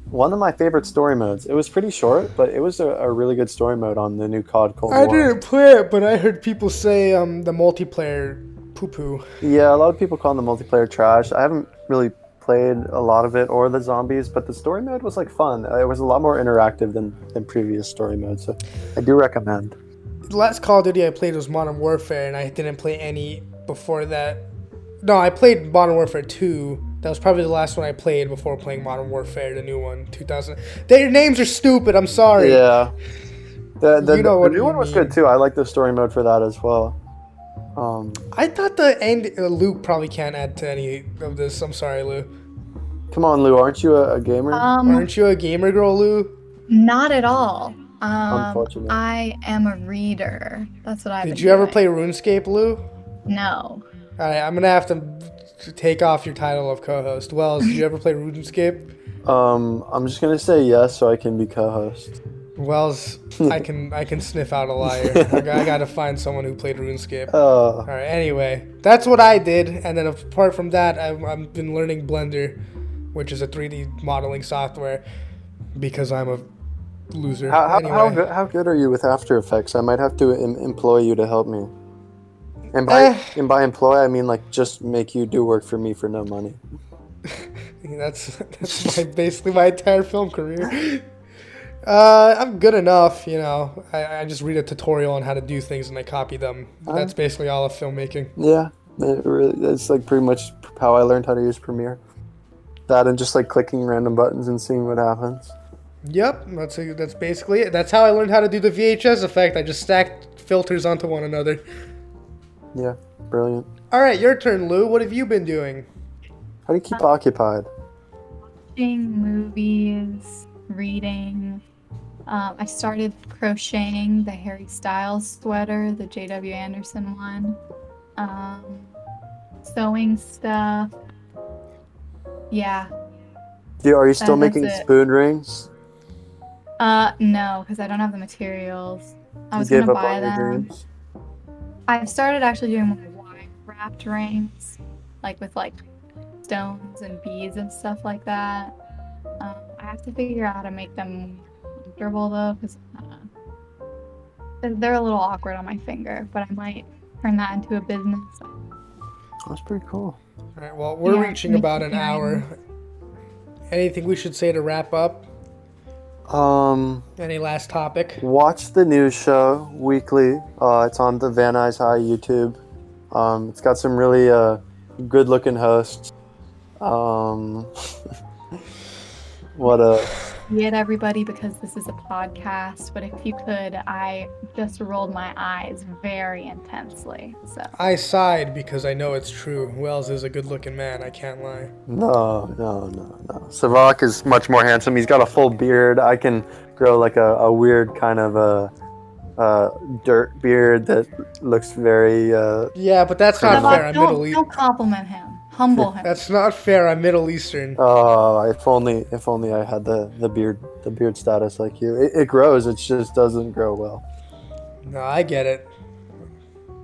C: one of my favorite story modes. It was pretty short, but it was a, a really good story mode on the new COD Cold
A: I
C: War.
A: didn't play it, but I heard people say um, the multiplayer poo poo.
C: Yeah, a lot of people call the multiplayer trash. I haven't really played a lot of it or the zombies, but the story mode was like fun. It was a lot more interactive than than previous story modes. So I do recommend.
A: The last Call of Duty I played was Modern Warfare and I didn't play any before that. No, I played Modern Warfare 2. That was probably the last one I played before playing Modern Warfare, the new one, 2000. Their names are stupid, I'm sorry.
C: Yeah. The, the,
A: You know
C: the
A: what
C: new
A: we
C: one was
A: mean.
C: good too. I like the story mode for that as well. Um,
A: I thought the end uh, Luke probably can't add to any of this. I'm sorry, Lou.
C: come on, Lou, aren't you a, a gamer?
B: Um,
A: Aren't you a gamer girl, Lou?
B: not at all. Um,
C: Unfortunate.
B: I am a reader. That's what I.
A: Did you ever play RuneScape, Lou?
B: No.
A: All right, I'm gonna have to take off your title of co-host. Wells, did you ever play RuneScape?
C: Um, I'm just gonna say yes so I can be co-host.
A: Wells, I can I can sniff out a liar. I, got, I gotta find someone who played RuneScape. All
C: Uh,
A: right, anyway, that's what I did, and then apart from that, I've, I've been learning Blender, which is a 3D modeling software, because I'm a loser.
C: how, how,
A: anyway.
C: how, good, how good are you with After Effects? I might have to em- employ you to help me. And by
A: Eh.
C: and by employ, I mean like just make you do work for me for no money.
A: That's that's my, basically my entire film career. Uh, I'm good enough, you know. I, I just read a tutorial on how to do things and I copy them.
C: Uh-huh.
A: That's basically all of filmmaking.
C: Yeah, it really, that's like pretty much how I learned how to use Premiere. That and just like clicking random buttons and seeing what happens.
A: Yep, that's that's basically it. That's how I learned how to do the VHS effect. I just stacked filters onto one another.
C: Yeah, brilliant.
A: All right, your turn, Lou. What have you been doing?
C: How do you keep occupied?
B: Watching movies, reading. Um, I started crocheting the Harry Styles sweater, the J.W. Anderson one. Um, sewing stuff. Yeah.
C: Do, are you still
B: Uh, that's
C: making
B: it.
C: spoon rings?
B: Uh, no, because I don't have the materials. I
C: You
B: was
C: gave
B: gonna
C: up
B: buy
C: on
B: them.
C: your dreams?
B: I've started actually doing more wine wrapped rings, like with like stones and beads and stuff like that. Um, I have to figure out how to make them more comfortable though, because uh, they're- they're a little awkward on my finger. But I might turn that into a business.
C: That's pretty cool.
A: All right, well, we're
B: Yeah,
A: reaching about an
B: making
A: hour. Anything we should say to wrap up?
C: Um,
A: Any last topic?
C: watch the news show weekly. Uh, it's on the Van Nuys High YouTube. Um, it's got some really uh, good-looking hosts. Um, what a
B: see it, everybody, because this is a podcast. But if you could, I just rolled my eyes very intensely. So
A: I sighed because I know it's true. Wells is a good looking man, I can't lie.
C: No, no, no, no. Savak is much more handsome. He's got a full beard. I can grow like a, a weird kind of a, a dirt beard that looks very. Uh,
A: Yeah, but that's not
C: not Savak,
A: fair.
B: don't,
A: I'm Middle Eastern.
B: don't compliment him. Humble him.
A: That's not fair. I'm Middle Eastern.
C: oh, if only, if only I had the, the beard, the beard status like you. It, it grows. It just doesn't grow well.
A: No, I get it.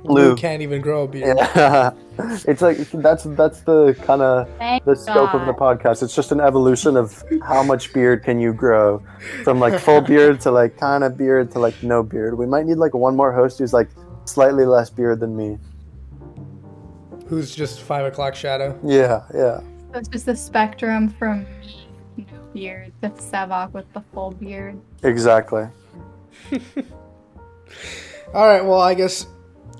C: Lou.
A: Lou can't even grow a beard.
C: Yeah, it's like that's that's the kind of
B: Thank
C: the scope of the podcast. It's just an evolution of how much beard can you grow, from like full beard to like kind of beard to like no beard. We might need like one more host who's like slightly less beard than me.
A: Who's just five o'clock shadow?
C: Yeah, yeah.
B: So It's just the spectrum from no beard to Sevok with the full beard.
C: Exactly.
A: All right. Well, I guess.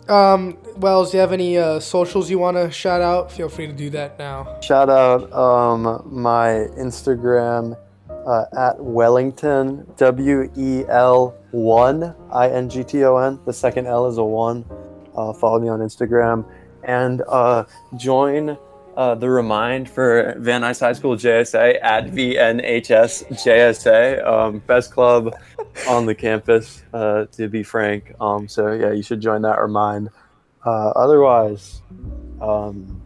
A: Um, Wells, do you have any uh, socials you want to shout out? Feel free to do that now.
C: Shout out um, my Instagram uh, at Wellington W E L one I N G T O N. The second L is a one. Uh, follow me on Instagram and uh, join uh, the remind for Van Nuys High School JSA at VNHS JSA. Um, best club on the campus, uh, to be frank. Um, so yeah, you should join that remind. Uh, otherwise. Um,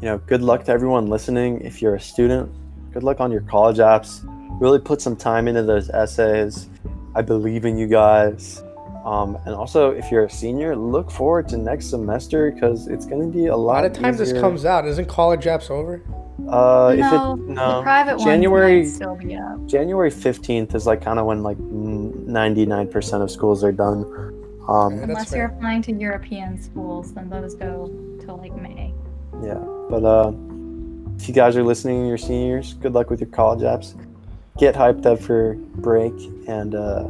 C: you know, good luck to everyone listening. If you're a student, good luck on your college apps. Really put some time into those essays. I believe in you guys. Um, and also, if you're a senior, look forward to next semester because it's going to be a
A: A
C: lot
A: lot of times this
C: easier.
A: comes out. Isn't college apps over?
C: Uh, if
B: no,
C: it,
B: the
C: no.
B: private
C: January-
B: ones might still be up.
C: January 15th is like kind of when like mm, 99% of schools are done. Um,
A: That's
B: Unless
A: fair.
B: you're applying to European schools, then those go till like May.
C: Yeah, but uh, if you guys are listening, you're seniors. Good luck with your college apps. Get hyped up for break, and uh,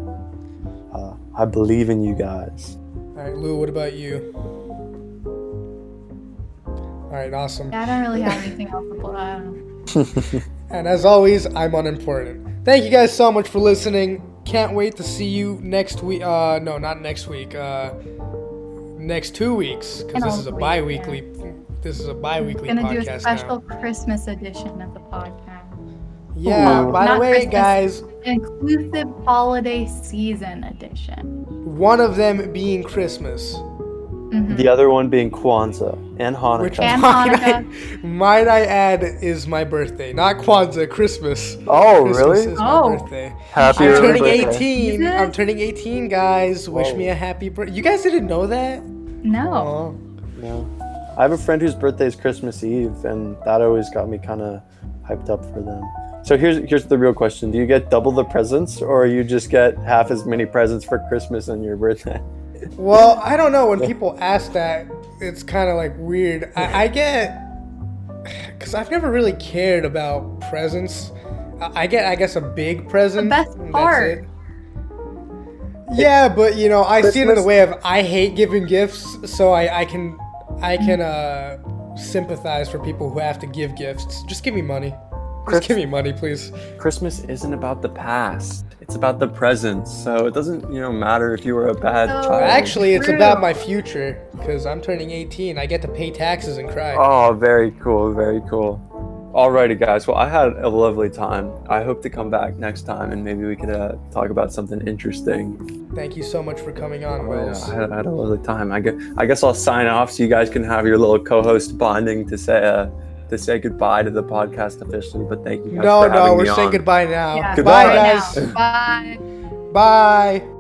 C: uh, I believe in you guys.
A: All right, Lou. What about you? All right. Awesome.
B: Yeah, I don't really have anything else to plug.
A: And as always, I'm unimportant. Thank you guys so much for listening. Can't wait to see you next week. Uh, no, not next week. Uh, next two weeks because
B: And
A: this
B: all
A: is a
B: the week,
A: bi-weekly. This is a bi-weekly
B: Gonna do
A: podcast
B: a special
A: now.
B: Christmas edition of the podcast,
A: Yeah.
C: Ooh.
A: by the
B: Not
A: way,
B: Christmas.
A: guys,
B: inclusive holiday season edition.
A: one of them being Christmas,
B: Mhm.
C: The other one being Kwanzaa and Hanukkah.
A: which
B: And
A: might I,
B: Hanukkah.
A: might I add is my birthday. Not Kwanzaa, Christmas.
C: oh,
A: Christmas
C: really?
A: is
B: Oh.
A: my birthday.
C: Happy
A: I'm
C: early
A: turning
C: birthday.
A: 18.
B: Is it?
A: I'm turning 18, guys. Wish
C: Whoa.
A: me a happy birthday. You guys didn't know that?
B: No,
A: Aw.
C: Yeah. I have a friend whose birthday is Christmas Eve, and that always got me kind of hyped up for them. So here's here's the real question: Do you get double the presents, or you just get half as many presents for Christmas and your birthday?
A: Well, I don't know. When people ask that, it's kind of like weird. I, I get, because I've never really cared about presents. I I get, I guess, a big present.
B: best
A: and that's
B: part.
A: it. Yeah, but you know, I see it in the
C: Christmas-
A: way of I hate giving gifts, so I, I can, I can uh, sympathize for people who have to give gifts. Just give me money. Just
C: Chris-
A: give me money, please.
C: Christmas isn't about the past. It's about the present. So it doesn't, you know, matter if you were a bad
B: So-
C: child.
A: Actually, it's
B: True.
A: about my future because I'm turning 18. I get to pay taxes and cry.
C: Oh, very cool, very cool. Alrighty, guys. Well, I had a lovely time. I hope to come back next time and maybe we could uh, talk about something interesting.
A: Thank you so much for coming on,
C: Oh, Yeah,
A: Wells.
C: I, had, I had a lovely time. I guess, I guess I'll sign off so you guys can have your little co-host bonding to say uh, to say goodbye to the podcast officially. But thank you. Guys
A: No,
C: for having
A: no,
C: me
A: we're saying
C: on.
A: goodbye now.
B: Yeah,
A: Bye,
C: Goodbye.
B: right
A: guys.
B: now. Bye.
A: Bye.